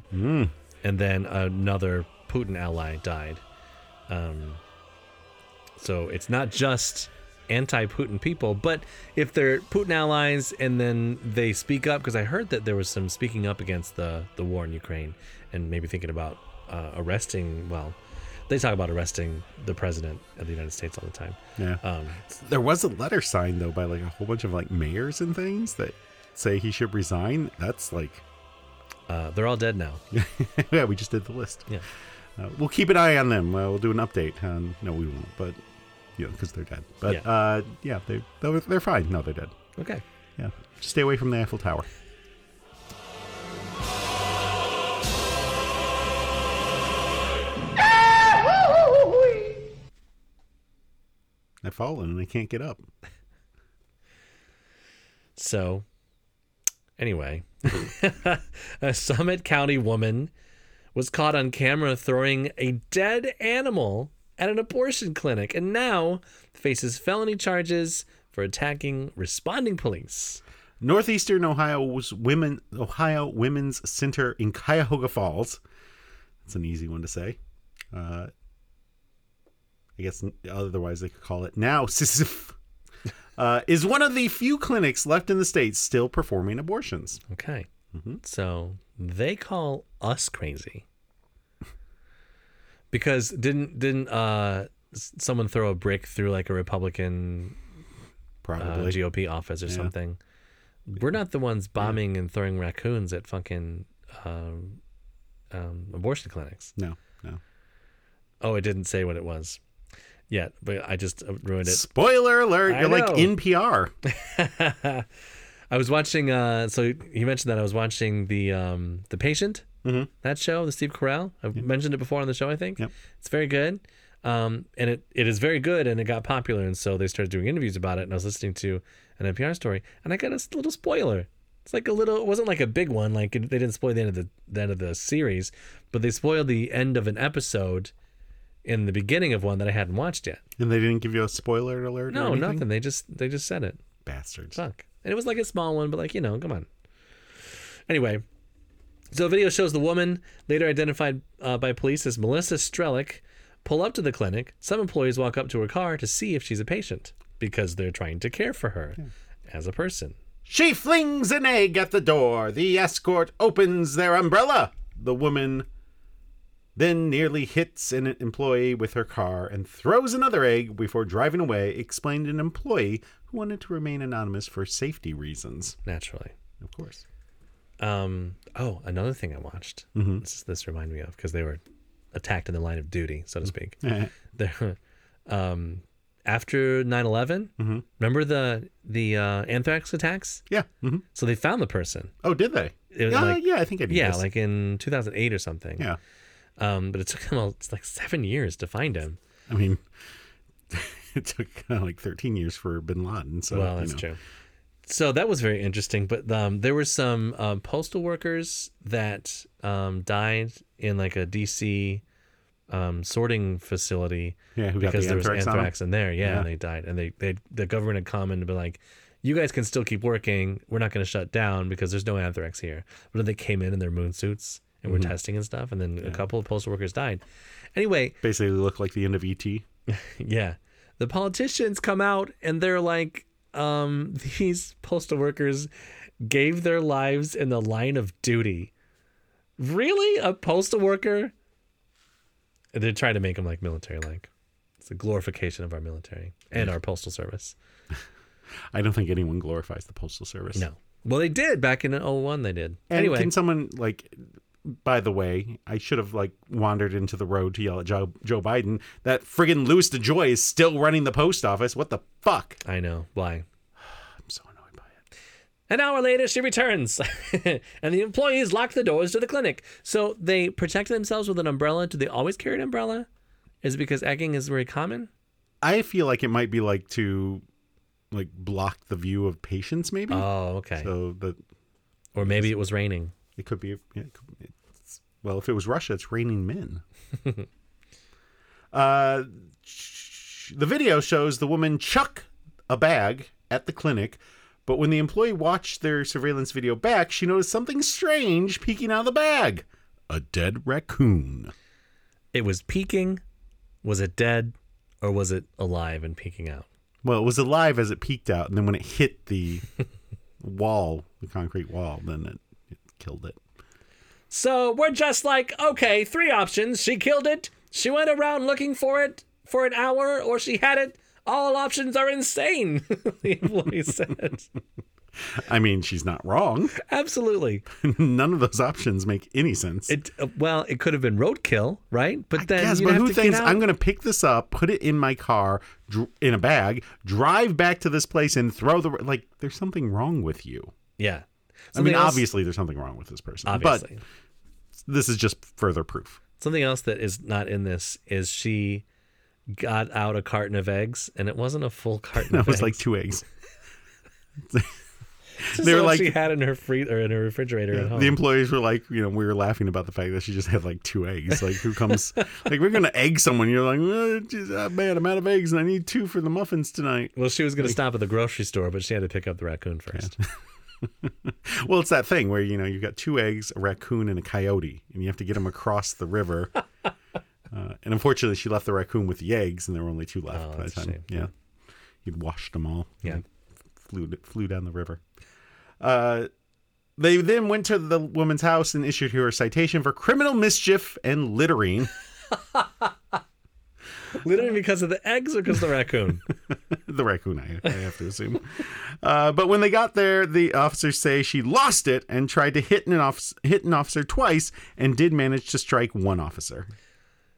Speaker 2: and then another Putin ally died. Um, so it's not just anti-Putin people, but if they're Putin allies and then they speak up, because I heard that there was some speaking up against the the war in Ukraine, and maybe thinking about uh, arresting. Well, they talk about arresting the president of the United States all the time.
Speaker 1: Yeah.
Speaker 2: Um,
Speaker 1: There was a letter signed though by like a whole bunch of like mayors and things that say he should resign. That's like,
Speaker 2: Uh, they're all dead now.
Speaker 1: yeah, we just did the list.
Speaker 2: Yeah.
Speaker 1: Uh, we'll keep an eye on them. Uh, we'll do an update. Um, no, we won't, but you know, because they're dead. But
Speaker 2: Yeah.
Speaker 1: uh, yeah, they they're, they're fine. No, they're dead.
Speaker 2: Okay.
Speaker 1: Yeah, just stay away from the Eiffel Tower. I've fallen and I can't get up.
Speaker 2: So, anyway, a Summit County woman was caught on camera throwing a dead animal at an abortion clinic and now faces felony charges for attacking responding police.
Speaker 1: Northeastern Ohio's women Ohio Women's Center in Cuyahoga Falls. That's an easy one to say. Uh, I guess n- otherwise they could call it now. Sisyph, Uh, is one of the few clinics left in the state still performing abortions.
Speaker 2: Okay. So they call us crazy because didn't didn't uh, s- someone throw a brick through like a Republican uh,
Speaker 1: Probably.
Speaker 2: GOP office or something. We're not the ones bombing and throwing raccoons at fucking um, um, abortion clinics.
Speaker 1: no, no.
Speaker 2: Oh, it didn't say what it was yet, but I just uh, ruined it.
Speaker 1: Spoiler alert!
Speaker 2: I
Speaker 1: You're like
Speaker 2: know.
Speaker 1: NPR.
Speaker 2: I was watching. Uh, so you mentioned that I was watching the um, the patient that show, the Steve Carell. I've mentioned it before on the show. I think
Speaker 1: Yep.
Speaker 2: it's very good, um, and it it is very good, and it got popular, and so they started doing interviews about it. And I was listening to an NPR story, and I got a s- little spoiler. It's like a little. It wasn't like a big one. Like it, they didn't spoil the end of the, the end of the series, but they spoiled the end of an episode in the beginning of one that I hadn't watched yet.
Speaker 1: And they didn't give you a spoiler alert. or
Speaker 2: No,
Speaker 1: anything?
Speaker 2: nothing. They just they just said it
Speaker 1: Bastards.
Speaker 2: suck. And it was like a small one, but like, you know, come on. Anyway, so the video shows the woman, later identified uh, by police as Melissa Strelick, pull up to the clinic. Some employees walk up to her car to see if she's a patient because they're trying to care for her as a person.
Speaker 1: She flings an egg at the door. The escort opens their umbrella. The woman then nearly hits an employee with her car and throws another egg before driving away, explained an employee who wanted to remain anonymous for safety reasons.
Speaker 2: Naturally.
Speaker 1: Of course.
Speaker 2: Um, oh, another thing I watched. This, this reminded me of because they were attacked in the line of duty, so to speak. They're, um, after 9 11, remember the, the uh, anthrax attacks?
Speaker 1: yeah. hmm
Speaker 2: So they found the person.
Speaker 1: Oh, did they?
Speaker 2: It was
Speaker 1: yeah,
Speaker 2: like-
Speaker 1: yeah, I think I did.
Speaker 2: Yeah, like in 2008 or something.
Speaker 1: yeah.
Speaker 2: Um, but it took him all, it's like seven years to find him.
Speaker 1: I mean, it took uh, like 13 years for Bin Laden. So
Speaker 2: well,
Speaker 1: you
Speaker 2: that's
Speaker 1: know.
Speaker 2: true. So that was very interesting. But um, there were some um, postal workers that um, died in like a DC um, sorting facility
Speaker 1: Yeah, who got
Speaker 2: because
Speaker 1: the
Speaker 2: there was
Speaker 1: anthrax on 'em?
Speaker 2: anthrax in there. Yeah,
Speaker 1: Yeah.
Speaker 2: and they died. And they, they the government had come and been like, you guys can still keep working. We're not going to shut down because there's no anthrax here. But then they came in in their moon suits and
Speaker 1: Mm-hmm.
Speaker 2: were testing and stuff. And then a couple of postal workers died. Anyway,
Speaker 1: Basically, looked like the end of E ET.
Speaker 2: yeah. The politicians come out and they're like, um, these postal workers gave their lives in the line of duty. Really? A postal worker? They're trying to make them like military like. It's a glorification of our military and our postal service.
Speaker 1: I don't think anyone glorifies the Postal Service.
Speaker 2: No. Well, they did back in 01, they did.
Speaker 1: And
Speaker 2: anyway,
Speaker 1: can someone like? By the way, I should have like wandered into the road to yell at Joe, Joe Biden. That friggin' Louis DeJoy is still running the post office. What the fuck?
Speaker 2: I know. Why?
Speaker 1: I'm so annoyed by it.
Speaker 2: An hour later, she returns, and the employees lock the doors to the clinic. So they protect themselves with an umbrella. Do they always carry an umbrella? Is it because egging is very common?
Speaker 1: I feel like it might be like to like block the view of patients, maybe.
Speaker 2: Oh, okay.
Speaker 1: so that
Speaker 2: or maybe it was raining.
Speaker 1: it could be. yeah, It could, it's, well, if it was Russia, it's raining men. uh, sh- the video shows the woman chuck a bag at the clinic, but when the employee watched their surveillance video back, she noticed something strange peeking out of the bag. A dead raccoon.
Speaker 2: It was peeking. Was it dead, or was it alive and peeking out?
Speaker 1: Well, it was alive as it peeked out, and then when it hit the wall, the concrete wall, then it, it killed it.
Speaker 2: So we're just like, okay, three options. She killed it. She went around looking for it for an hour, or she had it. All options are insane. the employee said,
Speaker 1: I mean, she's not wrong.
Speaker 2: absolutely.
Speaker 1: None of those options make any sense.
Speaker 2: It uh, well, it could have been roadkill, right? But then
Speaker 1: yes,
Speaker 2: you'd
Speaker 1: but
Speaker 2: have
Speaker 1: who
Speaker 2: to get
Speaker 1: thinks
Speaker 2: out-
Speaker 1: I'm going to pick this up, put it in my car, dr- in a bag, drive back to this place, and throw the like? There's something wrong with you.
Speaker 2: Yeah,
Speaker 1: I mean,
Speaker 2: Something else-
Speaker 1: obviously, there's something wrong with this person,
Speaker 2: obviously.
Speaker 1: but this is just further proof.
Speaker 2: Something else that is not in this is she got out a carton of eggs, and it wasn't a full carton.
Speaker 1: That
Speaker 2: of
Speaker 1: was
Speaker 2: eggs.
Speaker 1: like two eggs.
Speaker 2: This is
Speaker 1: they were
Speaker 2: what
Speaker 1: like-
Speaker 2: she had in her free or in her refrigerator at home.
Speaker 1: The employees were like, you know, we were laughing about the fact that she just had like two eggs. Like, who comes? like, we're going to egg someone. You're like, "Well, geez, uh, man, I'm out of eggs, and I need two for the muffins tonight.
Speaker 2: well, she was going to stop at the grocery store, but she had to pick up the raccoon first.
Speaker 1: Well, it's that thing where you know you've got two eggs, a raccoon, and a coyote, and you have to get them across the river. uh, and unfortunately, she left the raccoon with the eggs, and there were only two left
Speaker 2: Oh,
Speaker 1: by the
Speaker 2: that's a
Speaker 1: time.
Speaker 2: shame.
Speaker 1: Yeah, he'd washed them all.
Speaker 2: Yeah.
Speaker 1: and flew flew down the river. Uh, they then went to the woman's house and issued her a citation for criminal mischief and littering.
Speaker 2: Literally because of the eggs or because of the raccoon.
Speaker 1: the raccoon, I, I have to assume. uh, but when they got there, the officers say she lost it and tried to hit an, office, hit an officer twice and did manage to strike one officer.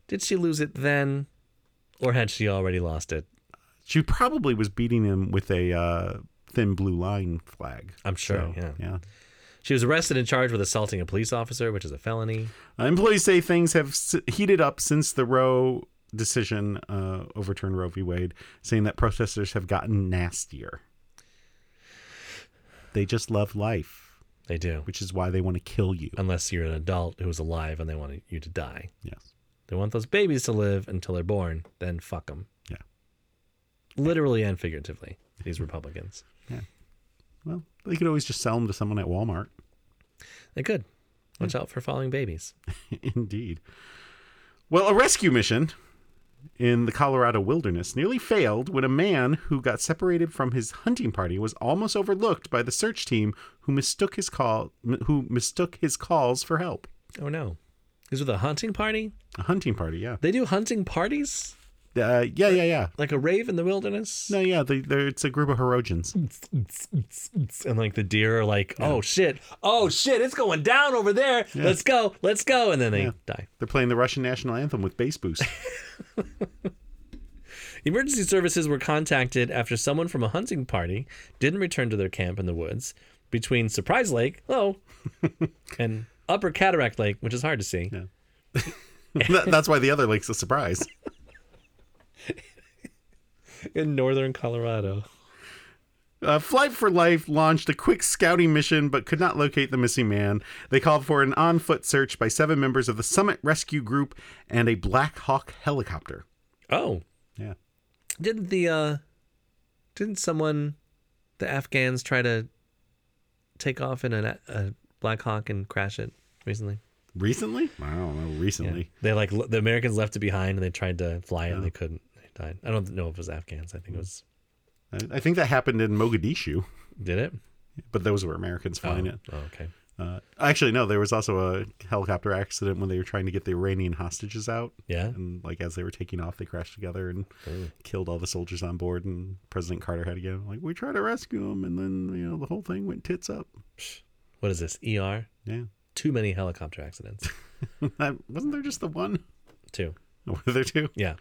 Speaker 2: Did she lose it then, or had she already lost it?
Speaker 1: She probably was beating him with a uh, thin blue line flag.
Speaker 2: I'm sure. yeah.
Speaker 1: Yeah.
Speaker 2: She was arrested and charged with assaulting a police officer, which is a felony.
Speaker 1: Uh, employees say things have s- heated up since the Roe decision uh, overturned Roe v. Wade, saying that protesters have gotten nastier. They just love life,
Speaker 2: They do,
Speaker 1: which is why they want to kill you.
Speaker 2: unless you're an adult who is alive and they want you to die.
Speaker 1: Yes.
Speaker 2: They want those babies to live until they're born. Then fuck them.
Speaker 1: Yeah.
Speaker 2: Literally and figuratively, these Republicans.
Speaker 1: Well, they could always just sell them to someone at Walmart.
Speaker 2: They could. Watch out for falling babies.
Speaker 1: Indeed. Well, a rescue mission in the Colorado wilderness nearly failed when a man who got separated from his hunting party was almost overlooked by the search team who mistook his call who mistook his calls for help.
Speaker 2: Oh no. These were the hunting party?
Speaker 1: A hunting party, yeah.
Speaker 2: They do hunting parties?
Speaker 1: Uh, yeah, yeah, yeah.
Speaker 2: Like a rave in the wilderness?
Speaker 1: No, yeah, they, they're, it's a group of Herodians.
Speaker 2: And like the deer are like, oh shit, oh shit, it's going down over there. Let's go, let's go. And then they die.
Speaker 1: They're playing the Russian national anthem with bass boost.
Speaker 2: Emergency services were contacted after someone from a hunting party didn't return to their camp in the woods between Surprise Lake, oh, and Upper Cataract Lake, which is hard to see.
Speaker 1: That- that's why the other lake's a surprise.
Speaker 2: in northern Colorado.
Speaker 1: Uh, Flight for Life launched a quick scouting mission but could not locate the missing man. They called for an on foot search by seven members of the Summit Rescue Group and a Black Hawk helicopter.
Speaker 2: Oh,
Speaker 1: Yeah.
Speaker 2: didn't the uh didn't someone the afghans try to take off in a, a black hawk and crash it recently
Speaker 1: Recently? I don't know. Recently.
Speaker 2: they like l- the americans left it behind and they tried to fly it and they
Speaker 1: Oh.
Speaker 2: couldn't they died i don't know if it was afghans i think it was
Speaker 1: I, I think that happened in Mogadishu,
Speaker 2: did it
Speaker 1: but those were Americans flying it.
Speaker 2: oh, okay
Speaker 1: Uh, actually, no, there was also a helicopter accident when they were trying to get the Iranian hostages out.
Speaker 2: yeah
Speaker 1: And like as they were taking off, they crashed together and killed all the soldiers on board. And President Carter had to go like, "We tried to rescue them, and then you know the whole thing went tits up."
Speaker 2: what is this er
Speaker 1: Yeah,
Speaker 2: too many helicopter accidents
Speaker 1: That- wasn't there just the one?
Speaker 2: two
Speaker 1: Were there two?
Speaker 2: yeah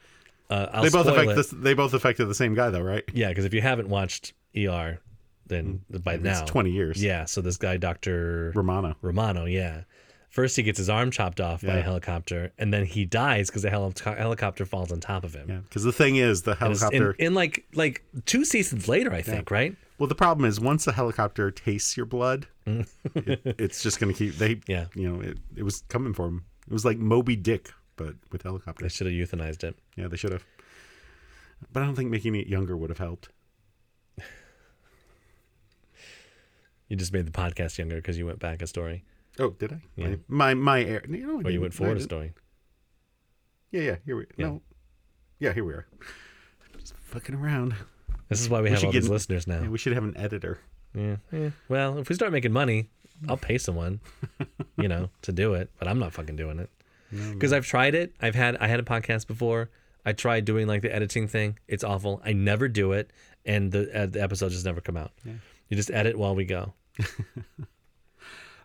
Speaker 2: uh, I'll
Speaker 1: They both
Speaker 2: spoil
Speaker 1: affect
Speaker 2: it.
Speaker 1: this. They both affected the same guy, though, right?
Speaker 2: yeah because if you haven't watched er then by now
Speaker 1: Mm. It's twenty years.
Speaker 2: yeah so this guy dr
Speaker 1: Romano.
Speaker 2: Romano, yeah. First, he gets his arm chopped off by a
Speaker 1: Yeah.
Speaker 2: helicopter, and then he dies because the heli- helicopter falls on top of him.
Speaker 1: Yeah, because the thing is, the
Speaker 2: And it's in-
Speaker 1: helicopter.
Speaker 2: In, like like two seasons later, I think, right?
Speaker 1: Well, the problem is once the helicopter tastes your blood, it, it's just going to keep. They,
Speaker 2: Yeah.
Speaker 1: you know, it, it was coming for him. It was like Moby Dick, but with
Speaker 2: They
Speaker 1: helicopters.
Speaker 2: should have euthanized it.
Speaker 1: Yeah, they should have. But I don't think making it younger would have helped.
Speaker 2: You just made the podcast younger because you went back a story,
Speaker 1: Oh, did I?
Speaker 2: Yeah.
Speaker 1: My my air. You know, I
Speaker 2: or
Speaker 1: didn't.
Speaker 2: you went
Speaker 1: No, I
Speaker 2: forward a
Speaker 1: didn't.
Speaker 2: story.
Speaker 1: Yeah, yeah. Here we. No. Yeah, here we are. Just fucking around.
Speaker 2: This is why we, have
Speaker 1: should
Speaker 2: all
Speaker 1: get
Speaker 2: these
Speaker 1: an-
Speaker 2: listeners now.
Speaker 1: Yeah, we should have an editor.
Speaker 2: yeah. yeah. Well, if we start making money, I'll pay someone, you know, to do it. But I'm not fucking doing it because I've tried it. I've had I had a podcast before. I tried doing like the editing thing. It's awful. I never do it, and the uh, the episodes just never come out. You just edit while we go.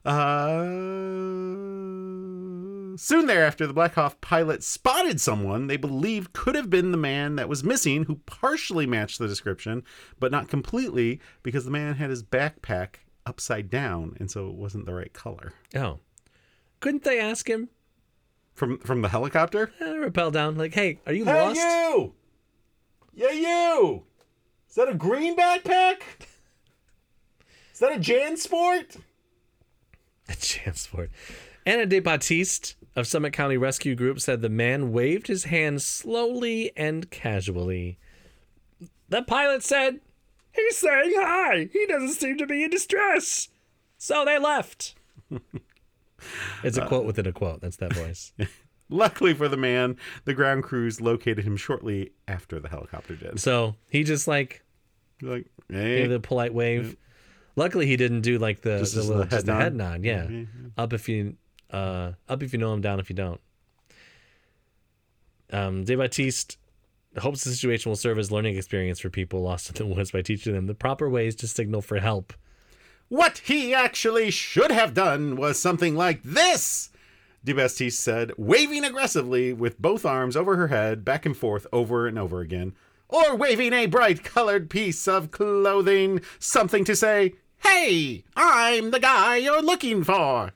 Speaker 1: Uh, soon thereafter, the Black Hawk pilot spotted someone they believed could have been the man that was missing, who partially matched the description, but not completely, because the man had his backpack upside down, and so it wasn't the right color.
Speaker 2: Oh, couldn't they ask him?
Speaker 1: From from the helicopter?
Speaker 2: Uh, rappel down, like, hey, are you lost?
Speaker 1: you! Yeah, you! Is that a green backpack? Is that a Jansport?
Speaker 2: A chance for it. Anna de Batiste of Summit County Rescue Group said the man waved his hand slowly and casually. The pilot said, He's saying hi. He doesn't seem to be in distress. So they left. it's
Speaker 1: Uh,
Speaker 2: a quote within a quote. That's that voice.
Speaker 1: Luckily for the man, the ground crews located him shortly after the helicopter did.
Speaker 2: so he just like
Speaker 1: Like,
Speaker 2: gave
Speaker 1: hey,
Speaker 2: the polite wave. Luckily, he didn't do like the,
Speaker 1: Just-
Speaker 2: the
Speaker 1: just
Speaker 2: little
Speaker 1: the
Speaker 2: just the
Speaker 1: head
Speaker 2: head
Speaker 1: nod. Mm-hmm.
Speaker 2: nod. Yeah, up if you uh, up if you know him, down if you don't. Um, De Batiste hopes the situation will serve as learning experience for people lost in the woods by teaching them the proper ways to signal for help.
Speaker 1: what he actually should have done was something like this DeBestis said, waving aggressively with both arms over her head, back and forth, over and over again, or waving a bright colored piece of clothing, something to say, Hey, I'm the guy you're looking for.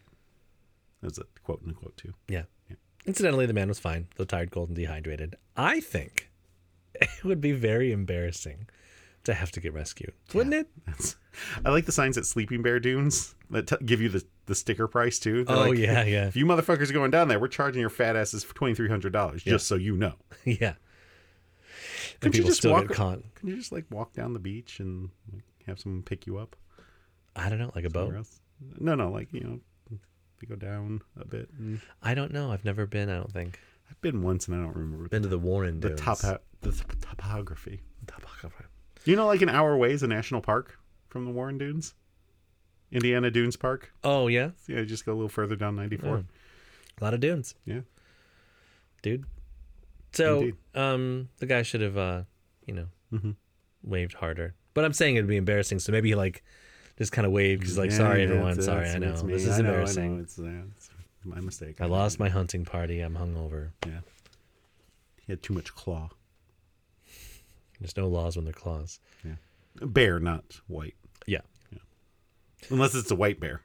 Speaker 1: That's a quote and a quote, too.
Speaker 2: Yeah. Incidentally, the man was fine, though tired, cold, and dehydrated. I think it would be very embarrassing to have to get rescued, wouldn't it?
Speaker 1: That's, I like the signs at Sleeping Bear Dunes that t- give you the, the sticker price, too. They're
Speaker 2: Oh,
Speaker 1: like,
Speaker 2: yeah, yeah.
Speaker 1: If you motherfuckers are going down there, we're charging your fat asses for $2,300, just so you know.
Speaker 2: yeah.
Speaker 1: Couldn't
Speaker 2: And
Speaker 1: you
Speaker 2: people
Speaker 1: just
Speaker 2: still
Speaker 1: walk?
Speaker 2: get caught.
Speaker 1: Can you just like walk down the beach and like, have someone pick you up?
Speaker 2: I don't know, like a
Speaker 1: Or
Speaker 2: boat.
Speaker 1: else? No, no, like you know, we go down a bit. And
Speaker 2: I don't know. I've never been. I don't think
Speaker 1: I've been once and I don't remember
Speaker 2: been to the Warren
Speaker 1: the
Speaker 2: Dunes.
Speaker 1: top the th- topography.
Speaker 2: Topography.
Speaker 1: You know, like an hour away is a national park from the Warren Dunes, Indiana Dunes Park.
Speaker 2: Oh yeah,
Speaker 1: So, yeah, just go a little further down ninety
Speaker 2: Mm.
Speaker 1: four.
Speaker 2: a lot of dunes,
Speaker 1: Yeah,
Speaker 2: dude. So
Speaker 1: Indeed. Mm-hmm.
Speaker 2: um, the guy should have uh, you know, waved harder. But I'm saying it'd be embarrassing. So maybe he like just kind of waved. 'cause He's like,
Speaker 1: Yeah,
Speaker 2: sorry
Speaker 1: yeah,
Speaker 2: everyone,
Speaker 1: it's-
Speaker 2: sorry.
Speaker 1: it's-
Speaker 2: I know
Speaker 1: it's me.
Speaker 2: this is
Speaker 1: I know, I
Speaker 2: embarrassing.
Speaker 1: know. It's, yeah, it's my mistake.
Speaker 2: I lost my hunting party. I'm hungover.
Speaker 1: Yeah, he had too much claw.
Speaker 2: There's no laws when they're claws.
Speaker 1: Bear, not white.
Speaker 2: Yeah,
Speaker 1: Unless it's a white bear.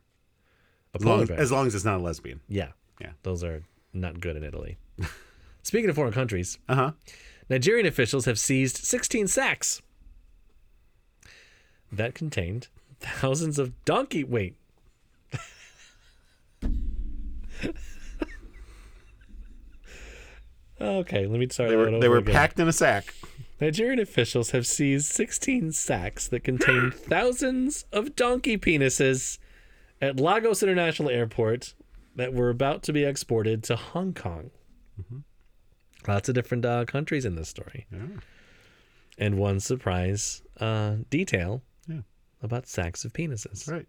Speaker 2: a
Speaker 1: As
Speaker 2: polar
Speaker 1: long,
Speaker 2: bear.
Speaker 1: as long as it's not a lesbian.
Speaker 2: yeah,
Speaker 1: Yeah.
Speaker 2: Those are not good in Italy. Speaking of foreign countries,
Speaker 1: Uh huh.
Speaker 2: Nigerian officials have seized 16 sacks that contained thousands of donkey weight. okay, let me start
Speaker 1: They
Speaker 2: that
Speaker 1: were,
Speaker 2: over
Speaker 1: they were
Speaker 2: again.
Speaker 1: packed in a sack.
Speaker 2: Nigerian officials have seized 16 sacks that contain thousands of donkey penises at Lagos International Airport that were about to be exported to Hong Kong.
Speaker 1: Mm-hmm.
Speaker 2: Lots of different uh, countries in this story. And one surprise uh, detail
Speaker 1: Yeah.
Speaker 2: about sacks of penises.
Speaker 1: Right.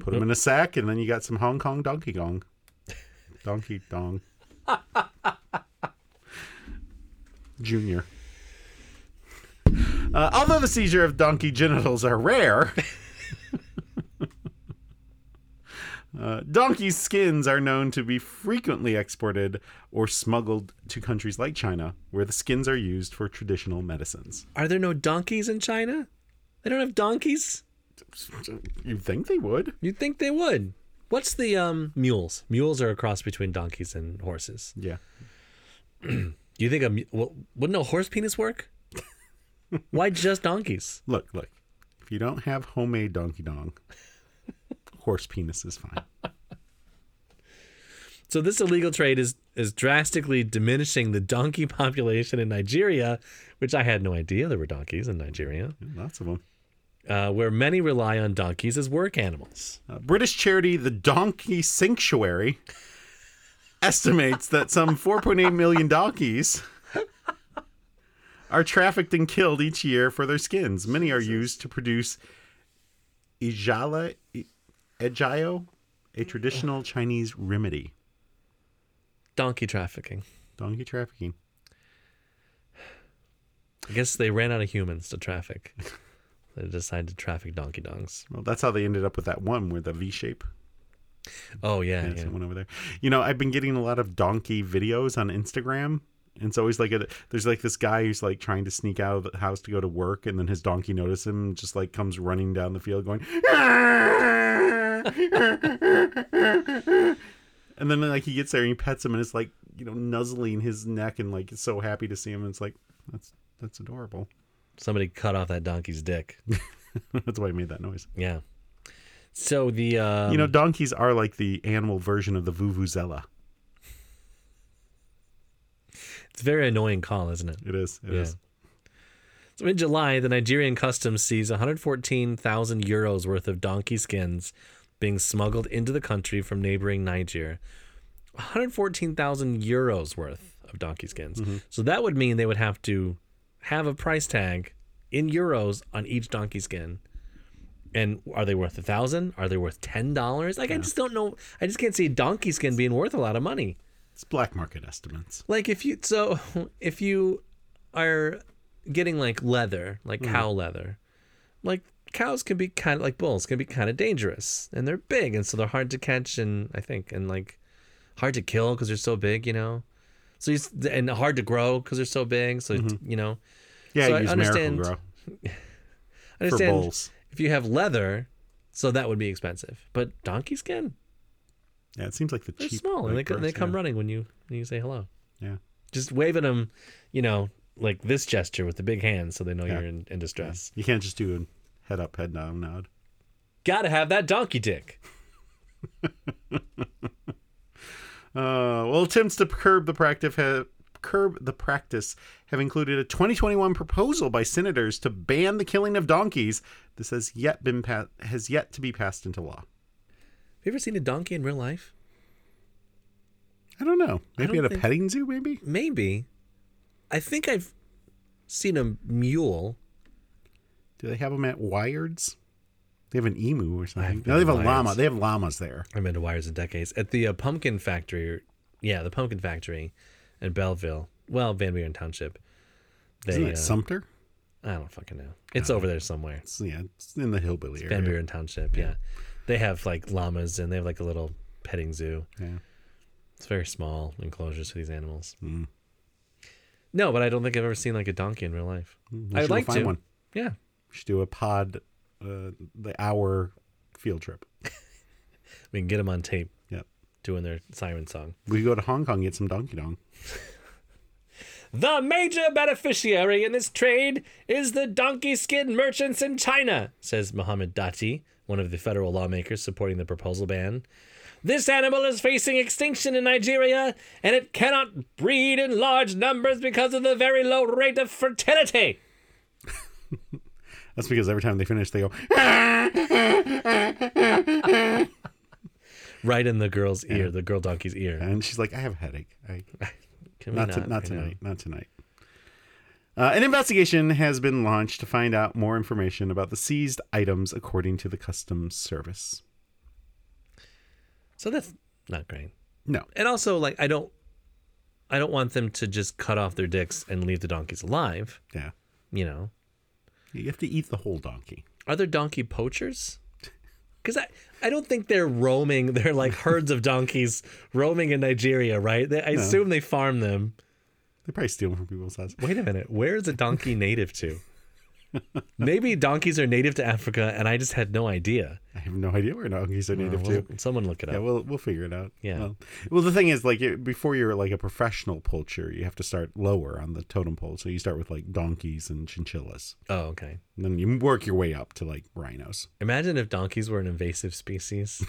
Speaker 1: Put them in a sack, and then you got some Hong Kong Donkey Kong. Donkey Dong. Junior. Uh, although the seizure of donkey genitals are rare, uh, donkey skins are known to be frequently exported or smuggled to countries like China, where the skins are used for traditional medicines.
Speaker 2: Are there no donkeys in China? They don't have donkeys?
Speaker 1: You'd think they would.
Speaker 2: You'd think they would. What's the um, mules? Mules are a cross between donkeys and horses.
Speaker 1: Yeah.
Speaker 2: Do you think a mu- well, wouldn't a horse penis work? Why just donkeys?
Speaker 1: Look, look. If you don't have homemade donkey dong, horse penis is fine.
Speaker 2: So this illegal trade is is drastically diminishing the donkey population in Nigeria, which I had no idea there were donkeys in Nigeria,
Speaker 1: Lots of them.
Speaker 2: uh, where many rely on donkeys as work animals.
Speaker 1: Uh, British charity The Donkey Sanctuary estimates that some 4.8 million donkeys are trafficked and killed each year for their skins. Many are used to produce ijala i- ejayo, a traditional Chinese remedy.
Speaker 2: Donkey trafficking.
Speaker 1: Donkey trafficking.
Speaker 2: I guess they ran out of humans to traffic. They decided to traffic donkey dongs.
Speaker 1: Well, that's how they ended up with that one with the V shape.
Speaker 2: Oh yeah, yeah.
Speaker 1: Yeah, someone over there. You know, I've been getting a lot of donkey videos on Instagram. And it's always like a, there's like this guy who's like trying to sneak out of the house to go to work, and then his donkey notices him, and just like comes running down the field going, and then like he gets there and he pets him, and it's like you know nuzzling his neck, and like is so happy to see him. And it's like that's that's adorable.
Speaker 2: Somebody cut off that donkey's dick.
Speaker 1: that's why I made that noise.
Speaker 2: Yeah. So the um,
Speaker 1: you know, donkeys are like the animal version of the vuvuzela.
Speaker 2: it's a very annoying call, isn't it?
Speaker 1: It is. It is.
Speaker 2: Yeah. So in July, the Nigerian customs seized 114,000 euros worth of donkey skins being smuggled into the country from neighboring Niger. 114,000 euros worth of donkey skins. So that would mean they would have to have a price tag in euros on each donkey skin. And are they worth a thousand? Are they worth ten dollars? Like I just don't know. I just can't see a donkey skin being worth a lot of money.
Speaker 1: It's black market estimates.
Speaker 2: Like if you so if you are getting like leather, like
Speaker 1: Mm-hmm.
Speaker 2: cow leather, like cows can be kind of like bulls can be kind of dangerous and they're big and so they're hard to catch and I think and like hard to kill because they're so big, you know. So you s- and hard to grow because they're so big. So it's
Speaker 1: Mm-hmm.
Speaker 2: you know,
Speaker 1: Yeah,
Speaker 2: So I
Speaker 1: use
Speaker 2: understand-
Speaker 1: Miracle Grow
Speaker 2: I
Speaker 1: for
Speaker 2: understand
Speaker 1: bowls.
Speaker 2: if you have leather, so that would be expensive. But donkey skin,
Speaker 1: Yeah, it seems like the
Speaker 2: they're
Speaker 1: cheap.
Speaker 2: small and they,
Speaker 1: like,
Speaker 2: co- they
Speaker 1: gross,
Speaker 2: come
Speaker 1: yeah.
Speaker 2: running when you when you say hello.
Speaker 1: Yeah.
Speaker 2: Just waving them, you know, like this gesture with the big hands, so they know
Speaker 1: Yeah.
Speaker 2: you're in, in distress.
Speaker 1: You can't just do a head up, head down nod.
Speaker 2: Gotta have that donkey dick.
Speaker 1: Uh, well, attempts to curb the practice have curb the practice have included a 2021 proposal by senators to ban the killing of donkeys. This has yet been pa- has yet to be passed into law.
Speaker 2: Have you ever seen a donkey in real life?
Speaker 1: I don't know. Maybe at
Speaker 2: don't
Speaker 1: a
Speaker 2: think-
Speaker 1: petting zoo. Maybe
Speaker 2: Maybe. I think I've seen a mule.
Speaker 1: do they have them at Wired's? They have an emu or something.
Speaker 2: I've
Speaker 1: No, they have
Speaker 2: been
Speaker 1: a
Speaker 2: to
Speaker 1: llama.
Speaker 2: Wired's.
Speaker 1: They have llamas there.
Speaker 2: I've been to Wires in decades. At the uh, pumpkin factory, yeah, the pumpkin factory in Belleville. Well, Van Buren Township. They,
Speaker 1: Isn't it
Speaker 2: uh,
Speaker 1: Sumter?
Speaker 2: I don't fucking know. It's over there somewhere.
Speaker 1: It's, yeah, it's in the hillbilly
Speaker 2: Van
Speaker 1: area.
Speaker 2: Buren Township, yeah. They have like llamas and they have like a little petting zoo.
Speaker 1: Yeah.
Speaker 2: It's very small enclosures for these animals.
Speaker 1: Hmm.
Speaker 2: No, but I don't think I've ever seen like a donkey in real life.
Speaker 1: Hmm. We
Speaker 2: I'd
Speaker 1: should go
Speaker 2: like
Speaker 1: find
Speaker 2: to.
Speaker 1: one.
Speaker 2: Yeah.
Speaker 1: We should do a pod, uh, the hour field trip.
Speaker 2: We can get them on tape
Speaker 1: Yep.
Speaker 2: doing their siren song.
Speaker 1: We go to Hong Kong get some donkey dong.
Speaker 2: The major beneficiary in this trade is the donkey skin merchants in China, says Mohammed Dati, one of the federal lawmakers supporting the proposal ban. This animal is facing extinction in Nigeria, and it cannot breed in large numbers because of the very low rate of fertility.
Speaker 1: That's because every time they finish, they go.
Speaker 2: Right in the girl's ear, the girl donkey's ear.
Speaker 1: And she's like, I have a headache. I,
Speaker 2: Can we
Speaker 1: not, to, not
Speaker 2: I know.
Speaker 1: tonight. Not tonight. Uh, an investigation has been launched to find out more information about the seized items according to the Customs Service.
Speaker 2: So that's not great.
Speaker 1: No.
Speaker 2: and also like I don't I don't want them to just cut off their dicks and leave the donkeys alive,
Speaker 1: Yeah.
Speaker 2: you know.
Speaker 1: You have to eat the whole donkey.
Speaker 2: Are there donkey poachers? Cuz I I don't think they're roaming, they're like herds of donkeys roaming in Nigeria, right? They, I assume they farm them.
Speaker 1: They probably steal from people's houses.
Speaker 2: Wait a minute, where is a donkey native to? Maybe donkeys are native to Africa and I just had no idea. Uh,
Speaker 1: I have no idea where donkeys are native
Speaker 2: Well,
Speaker 1: to.
Speaker 2: someone look it up.
Speaker 1: Yeah, we'll we'll figure it out.
Speaker 2: Yeah.
Speaker 1: Well, well, the thing is, like, it- before you're like a professional poacher, you have to start lower on the totem pole. So you start with like donkeys and chinchillas,
Speaker 2: oh, okay.
Speaker 1: and then you work your way up to like rhinos.
Speaker 2: Imagine if donkeys were an invasive species.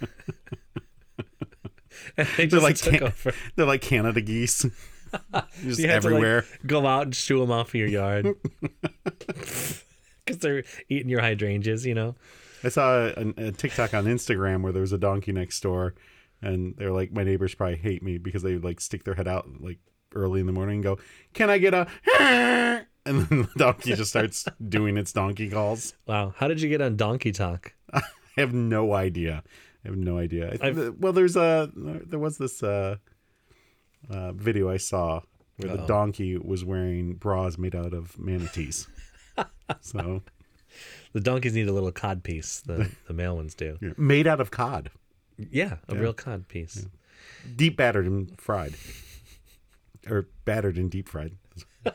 Speaker 2: and they
Speaker 1: They're
Speaker 2: just
Speaker 1: like
Speaker 2: took
Speaker 1: Can-
Speaker 2: over.
Speaker 1: they're like Canada geese, just
Speaker 2: You had to, like,
Speaker 1: everywhere.
Speaker 2: go out and shoo them off of your yard. Because they're eating your hydrangeas, you know?
Speaker 1: I saw a, a TikTok on Instagram where there was a donkey next door, and they're like, my neighbors probably hate me because they like stick their head out like early in the morning and go, "Can I get a?" And then the donkey just starts doing its donkey calls.
Speaker 2: Wow. How did you get on Donkey Talk?
Speaker 1: I have no idea. I have no idea. I th-
Speaker 2: I've-
Speaker 1: well, there's a there was this uh, uh, video I saw where the
Speaker 2: Uh-oh.
Speaker 1: donkey was wearing bras made out of manatees. so
Speaker 2: The donkeys need a little cod piece. The, the male ones do.
Speaker 1: yeah, made out of cod,
Speaker 2: Yeah, a real cod piece.
Speaker 1: deep battered and fried, or battered and deep fried.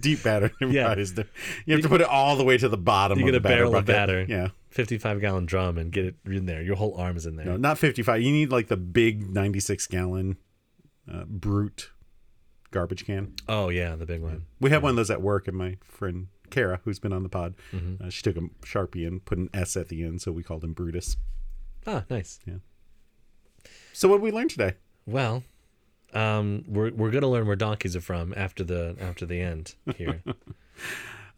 Speaker 1: deep battered and
Speaker 2: Yeah.
Speaker 1: fried is the. You have to put it all the way to the bottom.
Speaker 2: You
Speaker 1: of
Speaker 2: get
Speaker 1: the
Speaker 2: a barrel of
Speaker 1: bucket.
Speaker 2: batter.
Speaker 1: Yeah.
Speaker 2: 55 gallon drum and get it in there. Your whole arm is in there.
Speaker 1: No, not 55. You need like the big 96 gallon uh, brute garbage can.
Speaker 2: Oh, yeah, the big one.
Speaker 1: We had one of those at work, and my friend Kara, who's been on the pod, uh, she took a sharpie and put an S at the end, so we called him Brutus.
Speaker 2: Ah, nice.
Speaker 1: So what did we learn today?
Speaker 2: Well, um, we're, we're going to learn where donkeys are from after the after the end here.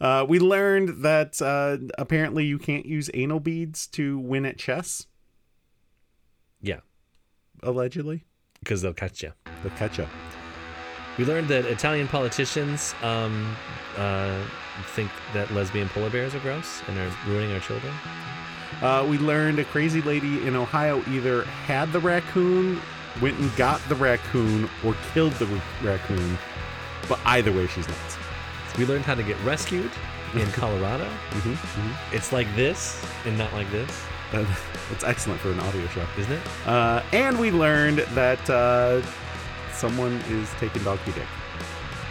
Speaker 1: Uh, we learned that uh, apparently you can't use anal beads to win at chess.
Speaker 2: yeah,
Speaker 1: Allegedly,
Speaker 2: because they'll catch you.
Speaker 1: the ketchup.
Speaker 2: We learned that Italian politicians um, uh, think that lesbian polar bears are gross and are ruining our children.
Speaker 1: Uh, we learned a crazy lady in Ohio either had the raccoon, went and got the raccoon, or killed the r- raccoon. But either way, she's nuts.
Speaker 2: We learned how to get rescued in Colorado.
Speaker 1: hmm
Speaker 2: It's like this and not like this.
Speaker 1: But it's excellent for an audio show.
Speaker 2: isn't it?
Speaker 1: Uh, and we learned that uh, someone is taking donkey dick.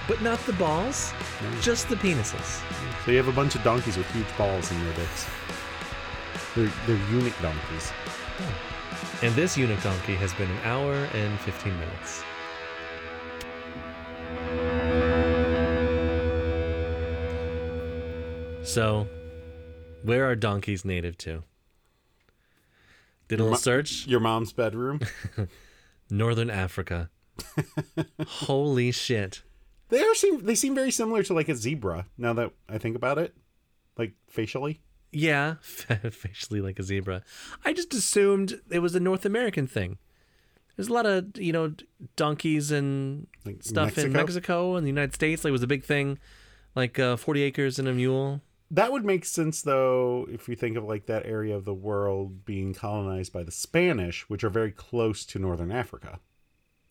Speaker 2: But not the balls, just the penises.
Speaker 1: So you have a bunch of donkeys with huge balls in their dicks. They're, they're eunuch donkeys.
Speaker 2: And this eunuch donkey has been an hour and 15 minutes. So, where are donkeys native to? Did a little
Speaker 1: Mu-
Speaker 2: search.
Speaker 1: Your mom's bedroom.
Speaker 2: Northern Africa. Holy shit.
Speaker 1: They are seem they seem very similar to like a zebra. Now that I think about it, like facially.
Speaker 2: Yeah, facially like a zebra. I just assumed it was a North American thing. There's a lot of you know donkeys and
Speaker 1: Like
Speaker 2: stuff
Speaker 1: Mexico?
Speaker 2: in Mexico and the United States. Like it was a big thing, like uh, forty acres and a mule.
Speaker 1: That would make sense though if you think of like that area of the world being colonized by the Spanish, which are very close to northern Africa.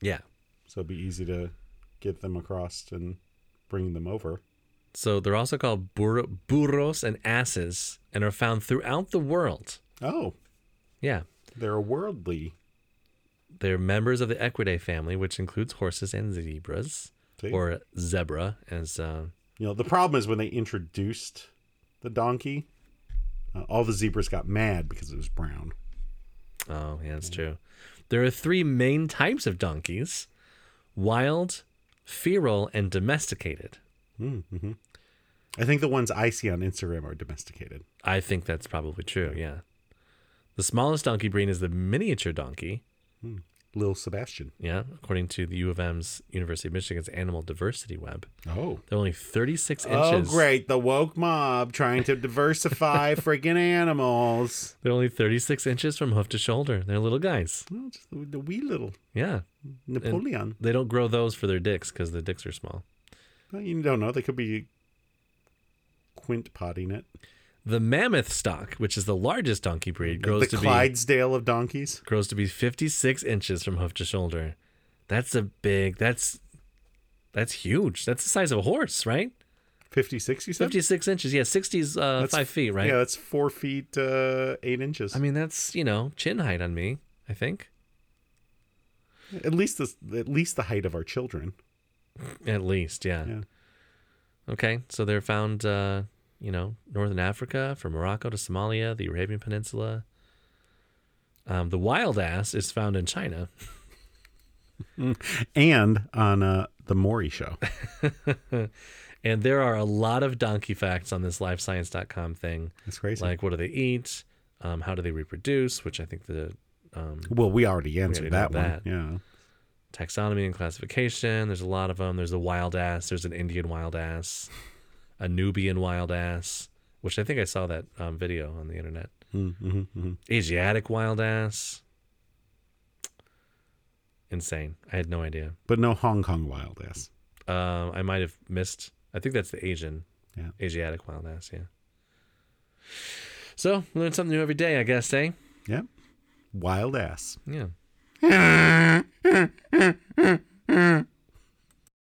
Speaker 2: Yeah.
Speaker 1: So it'd be easy to get them across and bring them over.
Speaker 2: So they're also called burro, burros and asses, and are found throughout the world.
Speaker 1: Oh,
Speaker 2: Yeah,
Speaker 1: they're a worldly.
Speaker 2: they're members of the Equidae family, which includes horses and zebras,
Speaker 1: See?
Speaker 2: or zebra as uh,
Speaker 1: You know, the problem is when they introduced the donkey, uh, all the zebras got mad because it was brown.
Speaker 2: Oh, yeah, that's true. There are three main types of donkeys wild, feral, and domesticated.
Speaker 1: Hmm, mm-hmm. I think the ones I see on Instagram are domesticated.
Speaker 2: I think that's probably true, yeah. The smallest donkey breed is the miniature donkey,
Speaker 1: Lil Sebastian.
Speaker 2: yeah, according to the U of M's University of Michigan's Animal Diversity Web.
Speaker 1: Oh.
Speaker 2: They're only 36
Speaker 1: Oh,
Speaker 2: inches.
Speaker 1: great. The woke mob trying to diversify friggin' animals.
Speaker 2: They're only 36 inches from hoof to shoulder. They're little guys.
Speaker 1: Well, just the, the wee little
Speaker 2: Yeah.
Speaker 1: Napoleon.
Speaker 2: They don't grow those for their dicks because the dicks are small.
Speaker 1: Well, you don't know. They could be quint potting it.
Speaker 2: The mammoth stock, which is the largest donkey breed, grows
Speaker 1: the
Speaker 2: to be
Speaker 1: Clydesdale of donkeys.
Speaker 2: grows to be 56 inches from hoof to shoulder. That's a big. That's that's huge. That's the size of a horse, right?
Speaker 1: 56, you said?
Speaker 2: 56 inches. Yeah, 60 is uh,
Speaker 1: That's-
Speaker 2: five feet, right?
Speaker 1: Yeah, that's four feet, uh, eight inches.
Speaker 2: I mean, that's you know chin height on me. I think
Speaker 1: at least this, at least the height of our children.
Speaker 2: at least, yeah.
Speaker 1: Yeah.
Speaker 2: Okay, so they're found, uh, you know, northern Africa, from Morocco to Somalia, the Arabian Peninsula. Um, the wild ass is found in China.
Speaker 1: And on uh, the Maury show.
Speaker 2: And there are a lot of donkey facts on this lifescience.com thing.
Speaker 1: That's crazy.
Speaker 2: Like, what do they eat? Um, how do they reproduce? Which I think the
Speaker 1: well, we already answered
Speaker 2: did
Speaker 1: that one.
Speaker 2: that.
Speaker 1: Yeah.
Speaker 2: taxonomy and classification, there's a lot of them. There's a wild ass, there's an Indian wild ass, a Nubian wild ass, which I think I saw that um, video on the internet.
Speaker 1: Hmm, mm-hmm,
Speaker 2: Asiatic wild ass. Insane. I had no idea.
Speaker 1: But no Hong Kong wild ass.
Speaker 2: Um, I might have missed. I think that's the Asian,
Speaker 1: Yeah.
Speaker 2: Asiatic wild ass. Yeah. So learn something new every day, I guess, eh?
Speaker 1: Yeah. Wild ass.
Speaker 2: Yeah.